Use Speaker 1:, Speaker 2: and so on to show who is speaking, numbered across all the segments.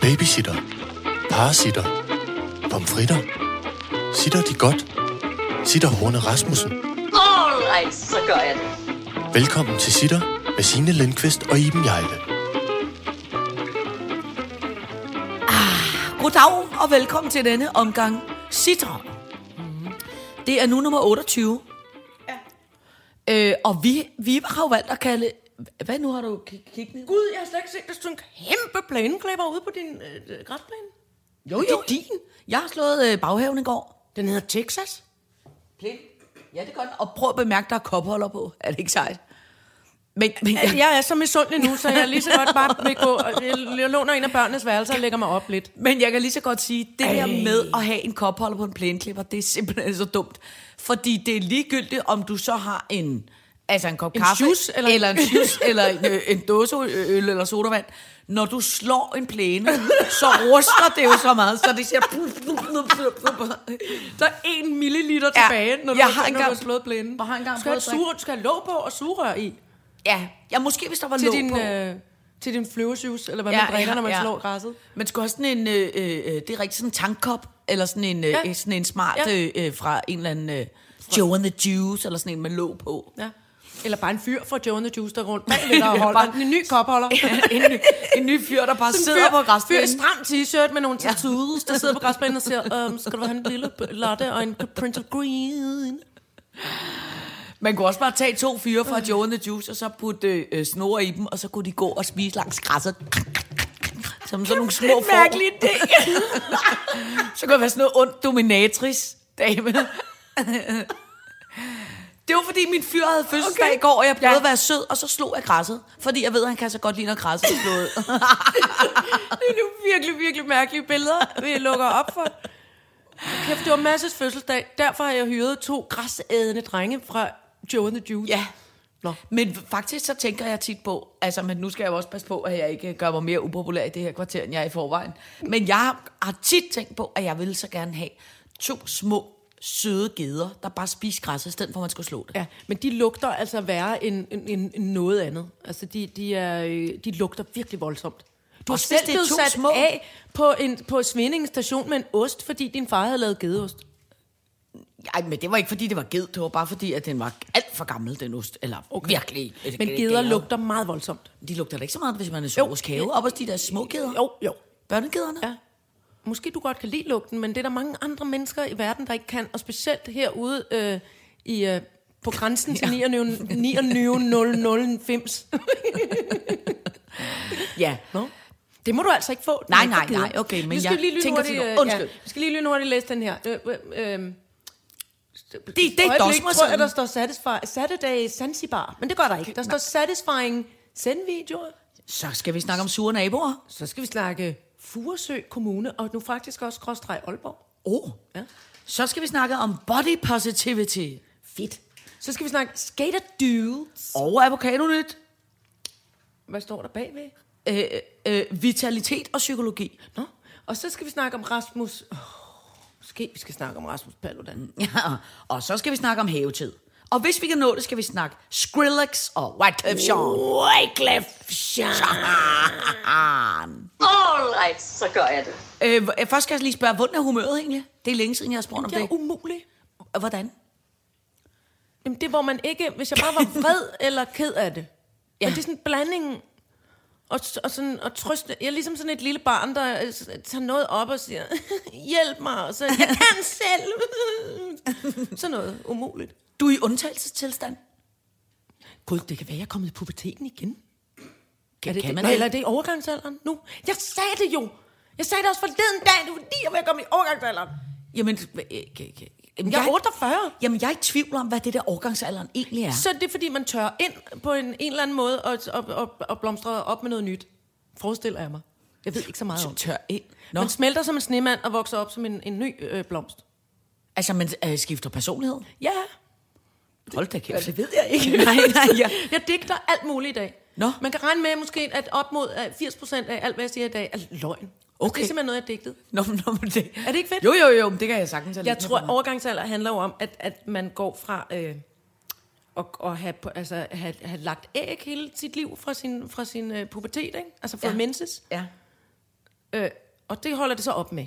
Speaker 1: Babysitter. Parasitter. Pomfritter. Sitter de godt? Sitter Horne Rasmussen.
Speaker 2: Alright, så gør jeg det.
Speaker 1: Velkommen til Sitter med Signe Lindqvist og Iben Jejle.
Speaker 3: Goddag og velkommen til denne omgang Citron. Det er nu nummer 28. Ja. Øh, og vi, vi har jo valgt at kalde... Hvad nu har du k- kigget ned?
Speaker 4: Gud, jeg har slet ikke set, at der stod en kæmpe plæneklipper ude på din øh, græsplæne.
Speaker 3: Jo, jo. Det er din. Jeg har slået øh, baghaven i går.
Speaker 4: Den hedder Texas.
Speaker 3: Plæn. Ja, det er godt. Og prøv at bemærke, der er kopholder på. Er det ikke sejt? Men, men jeg,
Speaker 4: Jeg er så misundelig nu, så jeg lige så godt bare vil gå. og- Jeg jeg låner en af børnenes værelser og lægger mig op lidt.
Speaker 3: Men jeg kan lige så godt sige, det Ej. der med at have en kopholder på en plæneklipper, det er simpelthen så dumt. Fordi det er ligegyldigt, om du så har en, altså en kop
Speaker 4: En
Speaker 3: kaffe,
Speaker 4: juice, eller-
Speaker 3: eller en, juice, eller en, øh, en dåse øl eller sodavand. Når du slår en plæne, så ruster det jo så meget, så det siger...
Speaker 4: Der er en milliliter
Speaker 3: Ja,
Speaker 4: tilbage, når du,
Speaker 3: jeg
Speaker 4: har,
Speaker 3: har
Speaker 4: når
Speaker 3: engang-
Speaker 4: du har slået plænen.
Speaker 3: Jeg har engang
Speaker 4: Du skal have, et
Speaker 3: prøvet at
Speaker 4: sugerør- du skal have låg på og sugerør i.
Speaker 3: Ja, ja måske hvis der var
Speaker 4: Til
Speaker 3: låg
Speaker 4: din,
Speaker 3: på.
Speaker 4: øh, til din flyvesjus, eller hvad man drikker, når man slår græsset.
Speaker 3: Man skulle have sådan en, øh, øh, øh, det er rigtigt, sådan en tankkop, eller sådan en, øh,
Speaker 4: Ja.
Speaker 3: ja. sådan en smart
Speaker 4: Ja.
Speaker 3: ja. øh, fra en eller anden øh, Joe and the Juice, eller sådan en med låg på.
Speaker 4: Ja. Eller bare en fyr fra Joe and the Juice, der er rundt bagved dig og holder.
Speaker 3: Bare-
Speaker 4: Bare en ny kopholder.
Speaker 3: en, ny, en ny fyr, der bare
Speaker 4: Sådan en
Speaker 3: sidder
Speaker 4: fyr-
Speaker 3: på græsplænen.
Speaker 4: Fyr i stram t-shirt med nogle tattoos, der sidder på græsplænen og siger, um, skal du have en lille latte og en printed green?
Speaker 3: Man kunne også bare tage to fyre fra Joe and the Juice, og så putte øh, øh, snore i dem, og så kunne de gå og spise langs græsset. Som sådan nogle små får.
Speaker 4: Mærkelig idé.
Speaker 3: Så kunne jeg være sådan noget ondt dominatrix, dame. Det var fordi min fyr havde fødselsdag okay. i går, og jeg prøvede ja. at være sød, og så slog jeg græsset. Fordi jeg ved, at han kan så godt lide, når græsset er slået.
Speaker 4: Det er nogle virkelig, virkelig mærkelige billeder, vi lukker op for. Kæft, det var Masses fødselsdag. Derfor har jeg hyret to græsædende drenge fra Joe and the Juice.
Speaker 3: ja.
Speaker 4: Nå.
Speaker 3: Men faktisk så tænker jeg tit på, altså men nu skal jeg jo også passe på, at jeg ikke gør mig mere upopulær i det her kvarter, end jeg er i forvejen. Men jeg har tit tænkt på, at jeg ville så gerne have to små søde geder, der bare spiser græsset, i stedet for at man skulle slå det.
Speaker 4: Ja, men de lugter altså værre end, end, end, end noget andet. Altså, de, de, er, øh, de lugter virkelig voldsomt. Du har
Speaker 3: Også
Speaker 4: selv
Speaker 3: hvis det er
Speaker 4: blevet
Speaker 3: to
Speaker 4: sat
Speaker 3: små.
Speaker 4: af på, en, på Svindingen station med en ost, fordi din far havde lavet gedeost.
Speaker 3: Ej, men det var ikke fordi, det var ged, det var bare fordi, at den var alt for gammel, den ost. Eller okay. virkelig. øh,
Speaker 4: Men geder lugter meget voldsomt.
Speaker 3: De lugter da ikke så meget, hvis man er sovs kave. Op hos de der små geder.
Speaker 4: Jo, jo.
Speaker 3: Børnegederne.
Speaker 4: Ja. Måske du godt kan lide lugten, men det er der mange andre mennesker i verden, der ikke kan. Og specielt herude øh, i, øh, på grænsen til 29 99090.
Speaker 3: ja.
Speaker 4: Nå. Det må du altså ikke få. den
Speaker 3: Nej,
Speaker 4: er
Speaker 3: nej,
Speaker 4: for
Speaker 3: nej,
Speaker 4: givet.
Speaker 3: okay, men
Speaker 4: vi skal
Speaker 3: jeg
Speaker 4: lige
Speaker 3: tænker
Speaker 4: lynhurtigt,
Speaker 3: til nu.
Speaker 4: øh,
Speaker 3: Undskyld.
Speaker 4: Ja, vi skal lige lynhurtigt læse den her. Øh, øh, øh,
Speaker 3: Det, det er
Speaker 4: øjeblik,
Speaker 3: dosmer
Speaker 4: tror jeg,
Speaker 3: sådan.
Speaker 4: der står satisfy, Saturday Zanzibar, men det gør der ikke. Der står satisfying sendvideoer.
Speaker 3: Så skal vi snakke om sure naboer.
Speaker 4: Så skal vi snakke Furesø Kommune, og nu faktisk også Gråstreg Aalborg.
Speaker 3: Oh.
Speaker 4: Ja.
Speaker 3: Så skal vi snakke om body positivity.
Speaker 4: Fedt. Så skal vi snakke skater dudes.
Speaker 3: Og avocadonyt.
Speaker 4: Hvad står der bagved?
Speaker 3: Øh, øh, vitalitet og psykologi.
Speaker 4: Nå. Og så skal vi snakke om Rasmus... Oh, måske vi skal snakke om Rasmus Paludan.
Speaker 3: Ja. Og så skal vi snakke om havetid. Og hvis vi kan nå det, skal vi snakke Skrillex og Wyclef Jean. Wyclef Jean.
Speaker 2: Alright, så gør jeg det.
Speaker 3: Øh, h- først skal jeg lige spørge, hvordan er humøret egentlig? Det er længe siden, jeg har spurgt om
Speaker 4: Det er
Speaker 3: det.
Speaker 4: umuligt.
Speaker 3: Hvordan?
Speaker 4: Jamen, det er, hvor man ikke... Hvis jeg bare var vred eller ked af det. Ja.
Speaker 3: Ja.
Speaker 4: Og det er sådan en blanding... Og, s- og, sådan, og trøste. Jeg er ligesom sådan et lille barn, der øh, s- tager noget op og siger, hjælp mig, og så, jeg kan selv. sådan noget umuligt.
Speaker 3: Du er i undtagelsestilstand.
Speaker 4: Gud, det kan være, jeg er kommet i puberteten igen.
Speaker 3: Kan,
Speaker 4: er det,
Speaker 3: kan man
Speaker 4: det? Nå,
Speaker 3: det?
Speaker 4: Eller er det i overgangsalderen nu? Jeg sagde det jo! Jeg sagde det også forleden dag, det var fordi, jeg var ved at komme i overgangsalderen.
Speaker 3: Jamen, øh, kan, kan. Jamen,
Speaker 4: Jeg er 48.
Speaker 3: Jamen, jeg er i tvivl om, hvad det der årgangsalderen egentlig er.
Speaker 4: Så er det fordi, man tør ind på en, en eller anden måde og, og, og, og blomstrer op med noget nyt. Forestiller jeg mig. Jeg ved ikke så meget om det.
Speaker 3: tør ind. Nå.
Speaker 4: Nå. Man smelter som en snemand og vokser op som en, en ny øh, blomst.
Speaker 3: altså, man øh, skifter personlighed.
Speaker 4: Ja,
Speaker 3: Hold da kæft. Det ved jeg ikke. nej, nej, ja.
Speaker 4: jeg digter alt muligt i dag.
Speaker 3: Nå.
Speaker 4: Man kan regne med måske, at op mod øh, 80% af alt, hvad jeg siger i dag, er løgn. Okay.
Speaker 3: Okay.
Speaker 4: Det er simpelthen noget, jeg digtede.
Speaker 3: Nå, men- nå, men det...
Speaker 4: Er det ikke fedt?
Speaker 3: Jo, jo, jo, men det kan jeg sagtens have
Speaker 4: Jeg
Speaker 3: liggende
Speaker 4: tror,
Speaker 3: på
Speaker 4: at
Speaker 3: mig.
Speaker 4: overgangsalder handler jo om, at, at man går fra øh, at, at have, på- altså, have, have lagt æg hele sit liv fra sin, fra sin øh, pubertet, ikke? altså fra ja.
Speaker 3: Ja.
Speaker 4: menses,
Speaker 3: Ja.
Speaker 4: øh, Og det holder det så op med.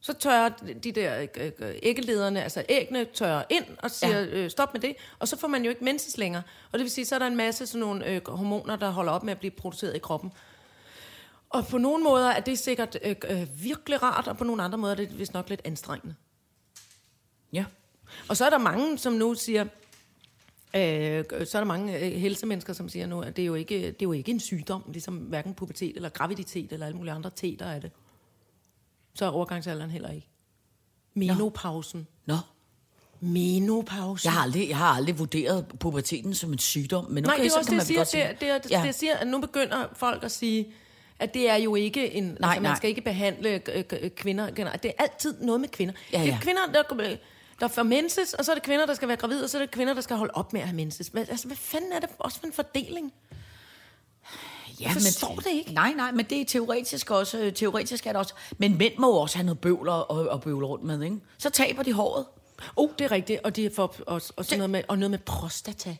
Speaker 4: Så tørrer de der øh, øh, æggelederne, altså æggene tørrer ind og siger,
Speaker 3: Ja.
Speaker 4: ja. øh, stop med det. Og så får man jo ikke mensens længere. Og det vil sige, så er der en masse sådan nogle øh, hormoner, der holder op med at blive produceret i kroppen. Og på nogle måder er det sikkert øh, øh, virkelig rart, og på nogle andre måder er det vist nok lidt anstrengende.
Speaker 3: Ja.
Speaker 4: Og så er der mange, som nu siger, øh, så er der mange øh, helsemennesker, som siger nu, at det er jo ikke, det er jo ikke en sygdom, ligesom hverken pubertet eller graviditet eller alle mulige andre teter er det. Så er overgangsalderen heller ikke. Menopausen.
Speaker 3: Nå,
Speaker 4: Menopausen.
Speaker 3: jeg har, aldrig, jeg har aldrig vurderet puberteten som en sygdom, men okay,
Speaker 4: Nej, det er
Speaker 3: så
Speaker 4: også
Speaker 3: kan
Speaker 4: det,
Speaker 3: man
Speaker 4: jeg
Speaker 3: vel
Speaker 4: siger,
Speaker 3: godt
Speaker 4: det, er- det, er- det, ja.
Speaker 3: ja.
Speaker 4: det jeg siger, at nu begynder folk at sige, at det er jo ikke en... Nej, altså, man
Speaker 3: nej.
Speaker 4: skal ikke behandle øh, øh, kvinder generelt. Det er altid noget med kvinder.
Speaker 3: Ja,
Speaker 4: Det er
Speaker 3: ja.
Speaker 4: kvinder, der, øh, der får menses, og så er det kvinder, der skal være gravide, og så er det kvinder, der skal holde op med at have menses. Hvad, altså, hvad fanden er det også for en fordeling?
Speaker 3: Ja,
Speaker 4: forstår det ikke.
Speaker 3: Nej, nej, men det er teoretisk også. øh, Teoretisk er det også. Men mænd må jo også have noget bøvl at, at, at bøvle rundt med, ikke? Så taber de håret.
Speaker 4: Oh, det er rigtigt, og de får og, og sådan noget med, og noget med prostata.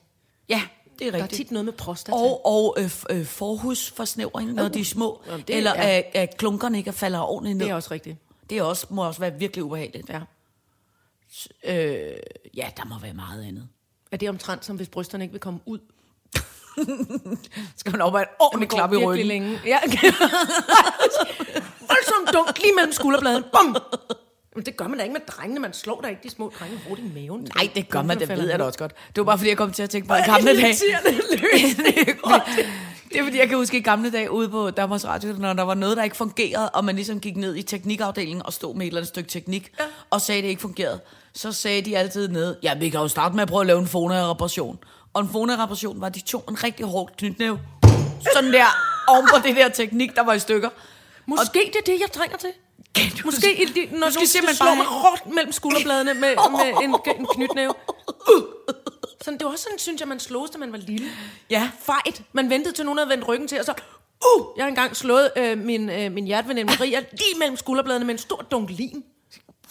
Speaker 3: Ja, det er
Speaker 4: Der er
Speaker 3: rigtigt.
Speaker 4: tit noget med prostata.
Speaker 3: og og øh, f- øh, forhudsforsnævring, når de er små.
Speaker 4: Jamen, det
Speaker 3: eller
Speaker 4: er-
Speaker 3: at, at klunkerne ikke falder ordentligt ned.
Speaker 4: det er også rigtigt.
Speaker 3: det er også, må også være virkelig ubehageligt.
Speaker 4: Ja.
Speaker 3: Øh, Ja, der må være meget andet.
Speaker 4: Er det omtrent som, hvis brysterne ikke vil komme ud?
Speaker 3: Så skal man op og have et ordentligt klap i
Speaker 4: virkelig
Speaker 3: ryggen.
Speaker 4: længe. Ja. Voldsomt dumt lige mellem skulderbladen. Bum! Men det gør man da ikke med drengene. Man slår da ikke de små drenge hårdt i maven.
Speaker 3: Nej, det gør man, det ved
Speaker 4: Klunkerne
Speaker 3: jeg da
Speaker 4: falder
Speaker 3: også godt. Det var bare fordi, jeg kom til at tænke på i
Speaker 4: ned.
Speaker 3: gamle dage.
Speaker 4: Irriterende løs.
Speaker 3: Det er fordi, jeg kan huske i gamle dage ude på Danmarks Radio, når der var noget, der ikke fungerede, og man ligesom gik ned i teknikafdelingen og stod med et eller andet stykke teknik, ja. og sagde, at det ikke fungerede, så sagde de altid ned, ja, vi kan jo starte med at prøve at lave en Fona-reparation. Og en Fona-reparation var, de tog en rigtig hård knytnæve, sådan der, oven på det der teknik, der var i stykker.
Speaker 4: Måske det er det, jeg trænger til.
Speaker 3: Kan du-
Speaker 4: Måske i de, når
Speaker 3: du skal
Speaker 4: du skal
Speaker 3: simpelthen
Speaker 4: slå
Speaker 3: bare
Speaker 4: mig
Speaker 3: have-
Speaker 4: hårdt mellem skulderbladene med, med en, en knytnæve. Sådan, det var også sådan, synes jeg, man slogs, da man var lille.
Speaker 3: Ja.
Speaker 4: Fejt. Man ventede til nogen havde vendt ryggen til, og så... Uh, jeg har engang slået øh, min, øh, min hjerteveninde Maria lige mellem skulderbladene med en stor dunk lim.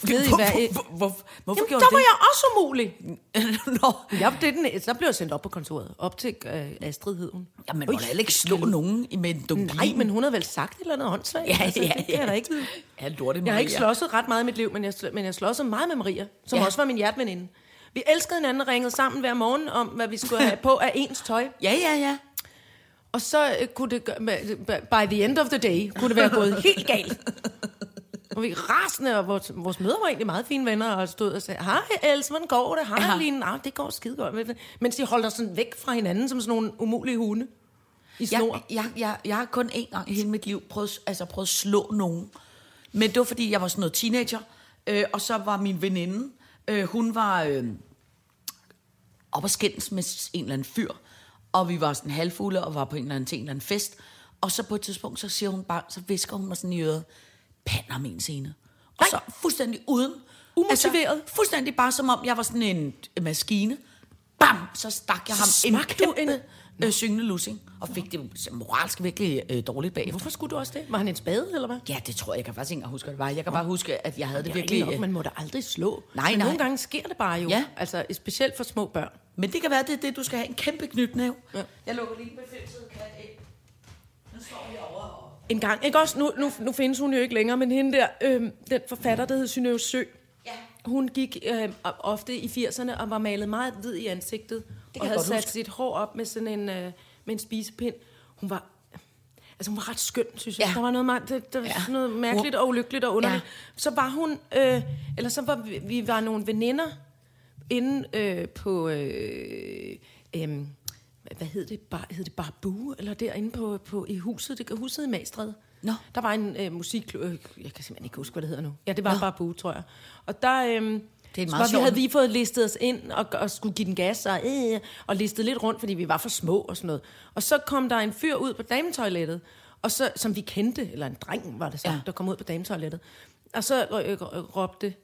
Speaker 4: Ved I
Speaker 3: Hvor-
Speaker 4: hvad? øh,
Speaker 3: hvor- hvor- Hvorfor
Speaker 4: Jamen,
Speaker 3: gjorde
Speaker 4: der
Speaker 3: du
Speaker 4: var
Speaker 3: det?
Speaker 4: jeg også umulig.
Speaker 3: Nå,
Speaker 4: Jeg, det er den, så blev jeg sendt op på kontoret. Op til øh, Astrid hed hun.
Speaker 3: jamen, man må da heller ikke slå nogen i- med en dumpin.
Speaker 4: Nej, men hun havde vel sagt et eller andet håndsvagt.
Speaker 3: Ja, ja,
Speaker 4: det kan
Speaker 3: ja.
Speaker 4: Jeg, da ikke. vide.
Speaker 3: Ja, lorte
Speaker 4: jeg har ikke
Speaker 3: Maria.
Speaker 4: slåsset ret meget i mit liv, men jeg, sl- men jeg slåsede meget med Maria, som
Speaker 3: Ja.
Speaker 4: ja. også var min hjerteveninde. Vi elskede hinanden og ringede sammen hver morgen om, hvad vi skulle have på af ens tøj.
Speaker 3: Ja, ja, ja.
Speaker 4: Og så øh, kunne det, gø- med- by the end of the day, kunne det være gået helt galt. Og vi rasende, og vores, vores møder var egentlig meget fine venner, og stod og sagde, hej Else, hvordan går det? Hej
Speaker 3: Ja.
Speaker 4: ja. Line, Nå, det går skide godt. Mens de holdt os sådan væk fra hinanden, som sådan nogle umulige hunde i snor.
Speaker 3: Jeg, jeg, jeg, jeg har kun én gang i hele mit liv prøvet, altså prøvet at slå nogen. Men det var, fordi jeg var sådan noget teenager, øh, og så var min veninde, øh, hun var øh, op og skændes med en eller anden fyr, og vi var sådan halvfulde og var på en eller anden, til en eller anden fest. Og så på et tidspunkt, så siger hun bare, så visker hun mig sådan i øret, pander min scene. Og
Speaker 4: Nej.
Speaker 3: så fuldstændig uden.
Speaker 4: Umotiveret.
Speaker 3: Altså, fuldstændig bare som om, jeg var sådan en maskine. Bam! Så stak jeg
Speaker 4: Så
Speaker 3: ham
Speaker 4: smagte du
Speaker 3: kæmpe- øh, syngende lussing, og fik det moralsk virkelig øh, dårligt bagefter.
Speaker 4: Hvorfor skulle du også det? Var han en spade, eller hvad?
Speaker 3: Ja, det tror jeg. Jeg kan faktisk ikke engang huske, hvad det var. Jeg kan bare huske, at jeg havde det,
Speaker 4: Det er
Speaker 3: virkelig...
Speaker 4: virkelig, nok,
Speaker 3: øh,
Speaker 4: man må da aldrig slå.
Speaker 3: Nej,
Speaker 4: Men
Speaker 3: nej.
Speaker 4: nogle gange sker det bare jo.
Speaker 3: Ja.
Speaker 4: Altså, specielt for små børn.
Speaker 3: Men det kan være, det er det, du skal have. En kæmpe knytnæv. Ja.
Speaker 4: Ja.
Speaker 3: Jeg lukker lige med fældsede kat ind. Nu står jeg over og...
Speaker 4: En gang, ikke også? Nu, nu, nu findes hun jo ikke længere, men hende der, øh, den forfatter, der hed Synøve Sø,
Speaker 3: Ja.
Speaker 4: hun gik øh, ofte i 80'erne og var malet meget hvid i ansigtet.
Speaker 3: kan
Speaker 4: og
Speaker 3: jeg
Speaker 4: havde
Speaker 3: godt
Speaker 4: sat
Speaker 3: huske.
Speaker 4: sit hår op med sådan en, øh, med en spisepind. Hun var... Altså, hun var ret skøn, synes jeg.
Speaker 3: Ja.
Speaker 4: Ja. Der var noget, meget, der, der var
Speaker 3: Ja.
Speaker 4: ja. sådan noget mærkeligt og ulykkeligt og underligt. Ja. Så var hun... Øh, eller så var vi, vi var nogle veninder inde øh, på... Øh, øh, hvad hed det? Bar, hed det Barbu? Eller derinde på, på, i huset, det, huset i Magstred.
Speaker 3: Nå.
Speaker 4: Der var en øh, musikklub, øh, jeg kan simpelthen ikke huske, hvad det hedder nu. Ja, det var
Speaker 3: Nå.
Speaker 4: Nå. Babu, tror jeg. Og der, øhm,
Speaker 3: Det er en meget
Speaker 4: så var vi
Speaker 3: sjov-
Speaker 4: havde vi fået listet os ind og, og skulle give den gas og, øh, og listet lidt rundt, fordi vi var for små og sådan noget. Og så kom der en fyr ud på dametoilettet, og så, som vi kendte, eller en dreng var det så,
Speaker 3: Ja.
Speaker 4: ja. der kom ud på dametoilettet. Og så øh, øh, råbte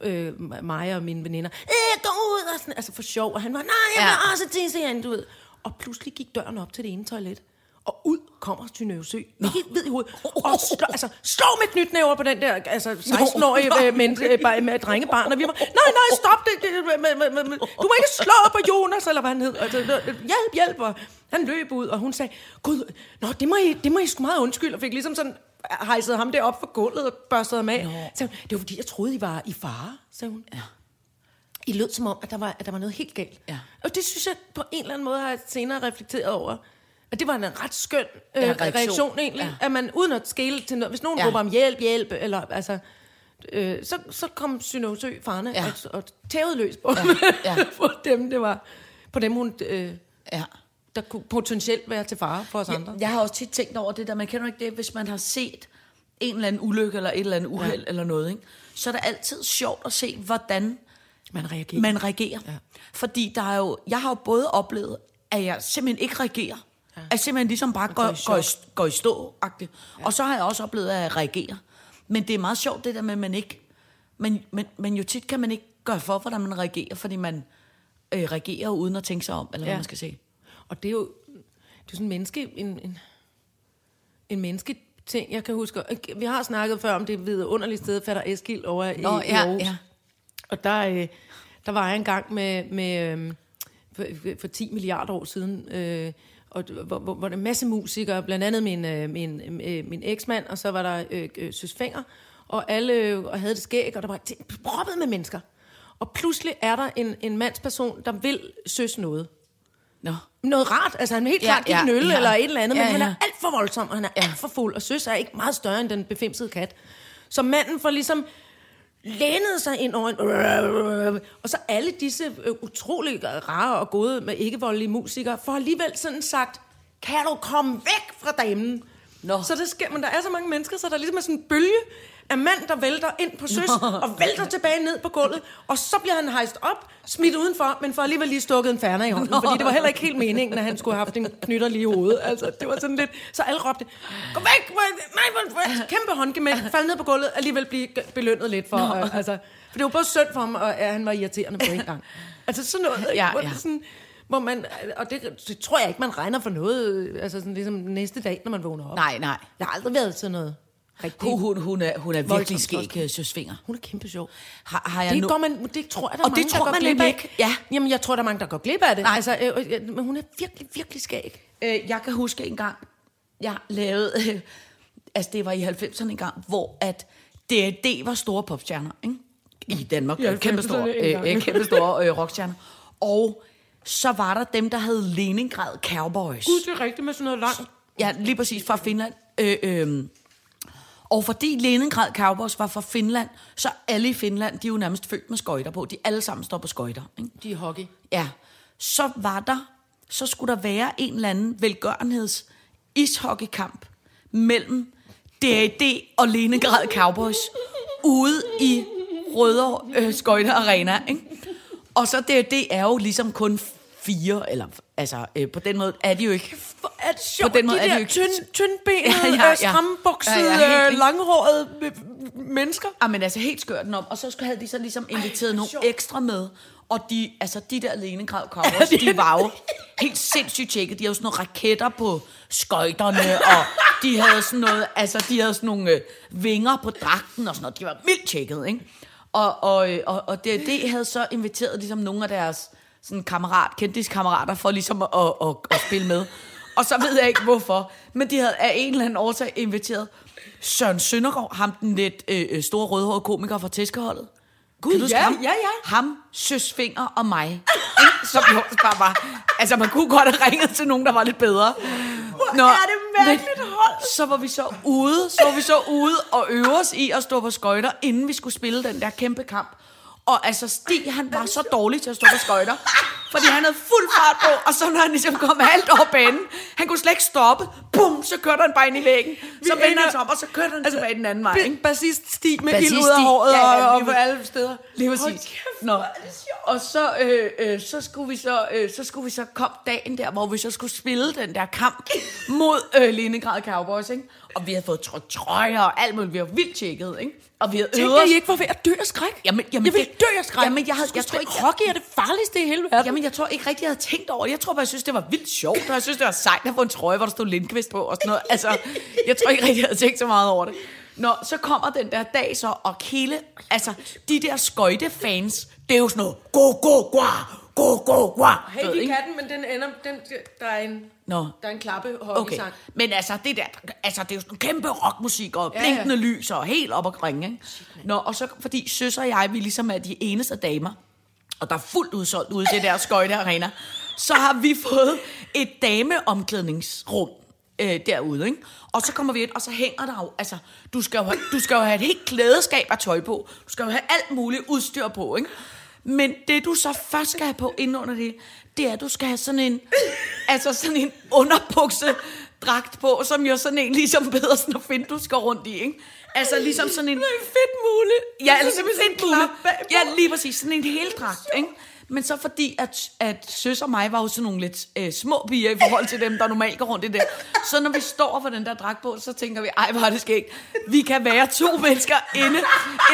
Speaker 4: øh, mig og mine veninder, øh, gå ud, og sådan, altså for sjov. Og han var, nej, jeg
Speaker 3: Ja.
Speaker 4: vil også tisse herinde, du ved. Og pludselig gik døren op til det ene toilet, og ud kommer Synøve Sø lige ved i hovedet, og slå, altså, slå med knytnæver på den der altså, 16-årige
Speaker 3: Nå,
Speaker 4: øh, men, øh, bare med drengebarn, og vi var, nej, nej, stop det, det med, med, med, med, med. du må ikke slå på Jonas, eller hvad han hed, altså, øh, hjælp, hjælp, og han løb ud, og hun sagde, gud, nå, det må I, det må I sgu meget undskylde, og fik ligesom sådan, hejsede ham derop for gulvet og børstede ham af. Så, det var fordi, jeg troede, I var i fare, sagde hun. Ja. I lød som om, at der var, at der var noget helt galt.
Speaker 3: Ja.
Speaker 4: Og det synes jeg på en eller anden måde har jeg senere reflekteret over. At det var en ret skøn øh,
Speaker 3: Ja,
Speaker 4: reaktion.
Speaker 3: reaktion.
Speaker 4: reaktion egentlig.
Speaker 3: Ja.
Speaker 4: At man uden at skele til noget. Hvis nogen ja.
Speaker 3: Ja.
Speaker 4: råber om hjælp, hjælp, eller altså... Øh, så, så kom Synosø farne ja.
Speaker 3: Ja.
Speaker 4: og, og tævede løs på, ja.
Speaker 3: Ja.
Speaker 4: Ja. på dem, det var. På dem, hun, øh,
Speaker 3: Ja.
Speaker 4: der kunne potentielt være til fare for os ja. andre.
Speaker 3: Jeg, jeg har også tit tænkt over det der, man kender ikke det, hvis man har set en eller anden ulykke eller et eller andet uheld ja. eller noget, ikke? så er det altid sjovt at se, hvordan
Speaker 4: Man reagerer.
Speaker 3: man reagerer.
Speaker 4: Ja.
Speaker 3: Ja. Fordi der er jo, jeg har jo både oplevet, at jeg simpelthen ikke reagerer, ja. at jeg simpelthen ligesom bare går,
Speaker 4: går i
Speaker 3: går, i, går, i, går i stå ja. Og så har jeg også oplevet, at jeg reagerer. Men det er meget sjovt det der med, at man ikke... Men, men, men jo tit kan man ikke gøre for, hvordan man reagerer, fordi man øh, reagerer uden at tænke sig om, eller ja.
Speaker 4: Ja.
Speaker 3: hvad man skal sige.
Speaker 4: Og det er jo, det er jo sådan en menneske, en, en, en menneske ting, jeg kan huske. Vi har snakket før om det vidunderlige sted, fatter Eskild over
Speaker 3: Nå,
Speaker 4: i, i
Speaker 3: ja,
Speaker 4: Aarhus.
Speaker 3: ja.
Speaker 4: Og der, øh, der var jeg engang med, med øh, for, for 10 milliarder år siden, øh, og hvor, hvor, hvor der er en masse musikere, blandt andet min, øh, min, øh, min eksmand, og så var der øh, øh, Søs Fenger, og alle øh, og havde det skæg, og der var ting proppet med mennesker. Og pludselig er der en, en mandsperson, der vil søs noget
Speaker 3: Nå.
Speaker 4: noget rart. Altså, han vil helt
Speaker 3: Ja,
Speaker 4: klart give
Speaker 3: ja,
Speaker 4: en øl
Speaker 3: ja.
Speaker 4: eller et eller andet, men
Speaker 3: Ja,
Speaker 4: han er
Speaker 3: ja.
Speaker 4: alt for voldsom, og han er alt for fuld, og søs er ikke meget større end den befimsede kat. Så manden får ligesom lænede sig ind over en... Og så alle disse øh, utrolig rare og gode, med ikke-voldelige musikere, får alligevel sådan sagt, kan du komme væk fra damen?
Speaker 3: Nå.
Speaker 4: Så det sker, men der er så mange mennesker, så der ligesom er sådan en bølge af mand, der vælter ind på søs, Nå. og vælter tilbage ned på gulvet, og så bliver han hejst op, smidt udenfor, men får alligevel lige stukket en færner i hånden, Nå. fordi det var heller ikke helt meningen, at han skulle have haft en knytter lige i hovedet. Altså, det var sådan lidt... Så alle råbte, gå væk! hvor- Nej, hvor- hvor- kæmpe håndgemænd, falde ned på gulvet, alligevel blive g- belønnet lidt for... Øh, altså, for det var både synd for ham, og at han var irriterende på en gang. Altså sådan noget,
Speaker 3: Ja,
Speaker 4: hvor,
Speaker 3: ja.
Speaker 4: Sådan, hvor man, og det, det, tror jeg ikke, man regner for noget, øh, altså sådan ligesom næste dag, når man vågner op.
Speaker 3: Nej, nej.
Speaker 4: Jeg har aldrig været til noget rigtigt.
Speaker 3: Hun, hun, hun, er, hun er virkelig
Speaker 4: Voldsomt
Speaker 3: skæg,
Speaker 4: voldsomt.
Speaker 3: øh, søsvinger.
Speaker 4: Hun er kæmpe sjov.
Speaker 3: Har, har jeg
Speaker 4: Det,
Speaker 3: nu-
Speaker 4: går man, det tror jeg, der er
Speaker 3: Og
Speaker 4: mange,
Speaker 3: det tror
Speaker 4: der går
Speaker 3: man
Speaker 4: glip
Speaker 3: nemlig
Speaker 4: af.
Speaker 3: ikke. Ja.
Speaker 4: Jamen, jeg tror, der er mange, der går glip af det.
Speaker 3: Nej.
Speaker 4: Altså, øh, øh, men hun er virkelig, virkelig skæg.
Speaker 3: Øh, jeg kan huske en gang, jeg lavede, øh, altså det var i 90'erne en gang, hvor at D&D var store popstjerner, ikke? I Danmark,
Speaker 4: I
Speaker 3: ja, kæmpe
Speaker 4: 90'erne
Speaker 3: store,
Speaker 4: engang.
Speaker 3: øh, øh, kæmpe store øh, rockstjerner. Og så var der dem, der havde Leningrad Cowboys.
Speaker 4: Gud, det er rigtigt med sådan noget langt.
Speaker 3: Ja, lige præcis, fra Finland. Øh, øh. Og fordi Leningrad Cowboys var fra Finland, så alle i Finland, de er jo nærmest født med skøjter på. De alle sammen står på skøjter, ikke?
Speaker 4: De er hockey.
Speaker 3: Ja, så var der, så skulle der være en eller anden velgørenheds ishockeykamp mellem D.A.D. og Leningrad Cowboys ude i Rødovre øh, Skøjte Arena, ikke? Og så D.A.D. er jo ligesom kun fire, eller altså øh, på den måde er de jo ikke
Speaker 4: Hvor er det sjovt,
Speaker 3: På den måde
Speaker 4: de
Speaker 3: er det
Speaker 4: der
Speaker 3: jo ikke-
Speaker 4: tynd, tyndbenede,
Speaker 3: Ja, ja,
Speaker 4: ja, ja,
Speaker 3: ja.
Speaker 4: ja. strambuksede,
Speaker 3: Ja, ja, helt
Speaker 4: ja,
Speaker 3: vildt.
Speaker 4: langhårede øh, mennesker.
Speaker 3: Ah, men altså helt skørt den om. Og så skulle- havde de så ligesom inviteret
Speaker 4: hvor
Speaker 3: nogle
Speaker 4: sjovt.
Speaker 3: ekstra med. Og de, altså de der Leningrad Cowboys, Altså, de var jo helt sindssygt tjekket. De havde jo sådan nogle raketter på skøjterne, og de havde sådan noget, altså de havde sådan nogle øh, vinger på dragten og sådan noget. De var vildt tjekket, ikke? Og, og, øh, og, og det, det havde så inviteret ligesom nogle af deres sådan kammerat, kendtiskammerater for ligesom at, at, at, at spille med. Og så ved jeg ikke hvorfor, men de havde af en eller anden årsag inviteret Søren Søndergaard, ham den lidt øh, øh, store rødhårede komiker fra Tæskeholdet. Gud,
Speaker 4: ja, ja, ja.
Speaker 3: Ham, Søs Finger og mig. Ikke? Som jo også bare var... Altså, man kunne godt have ringet til nogen, der var lidt bedre. Hvor
Speaker 4: er det mærkeligt hold.
Speaker 3: Så var vi så ude, så var vi så ude og øve os i at stå på skøjter, inden vi skulle spille den der kæmpe kamp. Og altså, Stig, han var så dårlig til at stå på skøjter, fordi han havde fuld fart på, og så når han ligesom kom halvt over banen, han kunne slet ikke stoppe, bum, så kørte han bare ind i væggen, så vendte han sig op, og så kørte han altså, tilbage den anden vej. ikke?
Speaker 4: Bassist Stig med ild
Speaker 3: Bassist
Speaker 4: ud af
Speaker 3: Stig.
Speaker 4: håret
Speaker 3: Ja, ja,
Speaker 4: og,
Speaker 3: lige
Speaker 4: og på
Speaker 3: præcis.
Speaker 4: alle steder.
Speaker 3: Lige
Speaker 4: Hold
Speaker 3: præcis.
Speaker 4: kæft,
Speaker 3: Nå.
Speaker 4: hvor er det sjovt.
Speaker 3: Og så, øh, øh, så skulle vi så, øh, så skulle vi så kom dagen der, hvor vi så skulle spille den der kamp mod øh, Leningrad Cowboys, ikke? og vi havde fået trådt trøjer og alt muligt. Vi var vildt tjekket, ikke? Og vi havde
Speaker 4: Tænk,
Speaker 3: øvet
Speaker 4: at
Speaker 3: os.
Speaker 4: I ikke var ved at dø af skræk.
Speaker 3: Jamen- jamen,
Speaker 4: jeg ville
Speaker 3: det-
Speaker 4: dø af skræk.
Speaker 3: Jamen, jeg havde-
Speaker 4: Skulle
Speaker 3: jeg tror
Speaker 4: spille
Speaker 3: ikke, jeg-
Speaker 4: Hockey er det farligste i hele verden.
Speaker 3: Jamen, jeg tror ikke rigtig, jeg havde tænkt over det. Jeg tror bare, jeg synes, det var vildt sjovt, og jeg synes, det var sejt at få en trøje, hvor der stod Lindqvist på og sådan noget. Altså, jeg tror ikke rigtig, jeg havde tænkt så meget over det. Nå, så kommer den der dag så, og hele, altså, de der skøjtefans, det er jo sådan noget, go, go, gua, go, go, gua.
Speaker 4: Hey,
Speaker 3: Du ved,
Speaker 4: de
Speaker 3: ikke?
Speaker 4: kan den, men den ender... Den, der er en,
Speaker 3: Nå.
Speaker 4: der er en klappe
Speaker 3: Okay,
Speaker 4: hockeysang.
Speaker 3: men altså det der, altså det er jo sådan kæmpe rockmusik og
Speaker 4: Ja,
Speaker 3: blinkende
Speaker 4: ja.
Speaker 3: lys og helt op og ringe, ikke? Nå, og så fordi søsser og jeg, vi ligesom er de eneste damer, og der er fuldt udsolgt ude i det der skøjtearena, så har vi fået et dameomklædningsrum øh, derude, ikke? Og så kommer vi ind, og så hænger der jo, altså, du skal jo, have- du skal jo have et helt klædeskab af tøj på, du skal jo have alt muligt udstyr på, ikke? Men det, du så først skal have på inden under det, det er, at du skal have sådan en, altså sådan en underbuksedragt på, som jo sådan en ligesom bedre sådan at finde, du skal rundt i, ikke? Altså ligesom sådan en...
Speaker 4: Det er fedt muligt.
Speaker 3: Ja, eller sådan en
Speaker 4: klap
Speaker 3: fedtbulle.
Speaker 4: bagpå.
Speaker 3: Ja, lige præcis. Sådan en heldragt, ikke? Men så fordi, at, at søs og mig var jo sådan nogle lidt øh, små piger i forhold til dem, der normalt går rundt i det. Så når vi står for den der dragt på, så tænker vi, ej, hvor er det skægt. Vi kan være to mennesker inde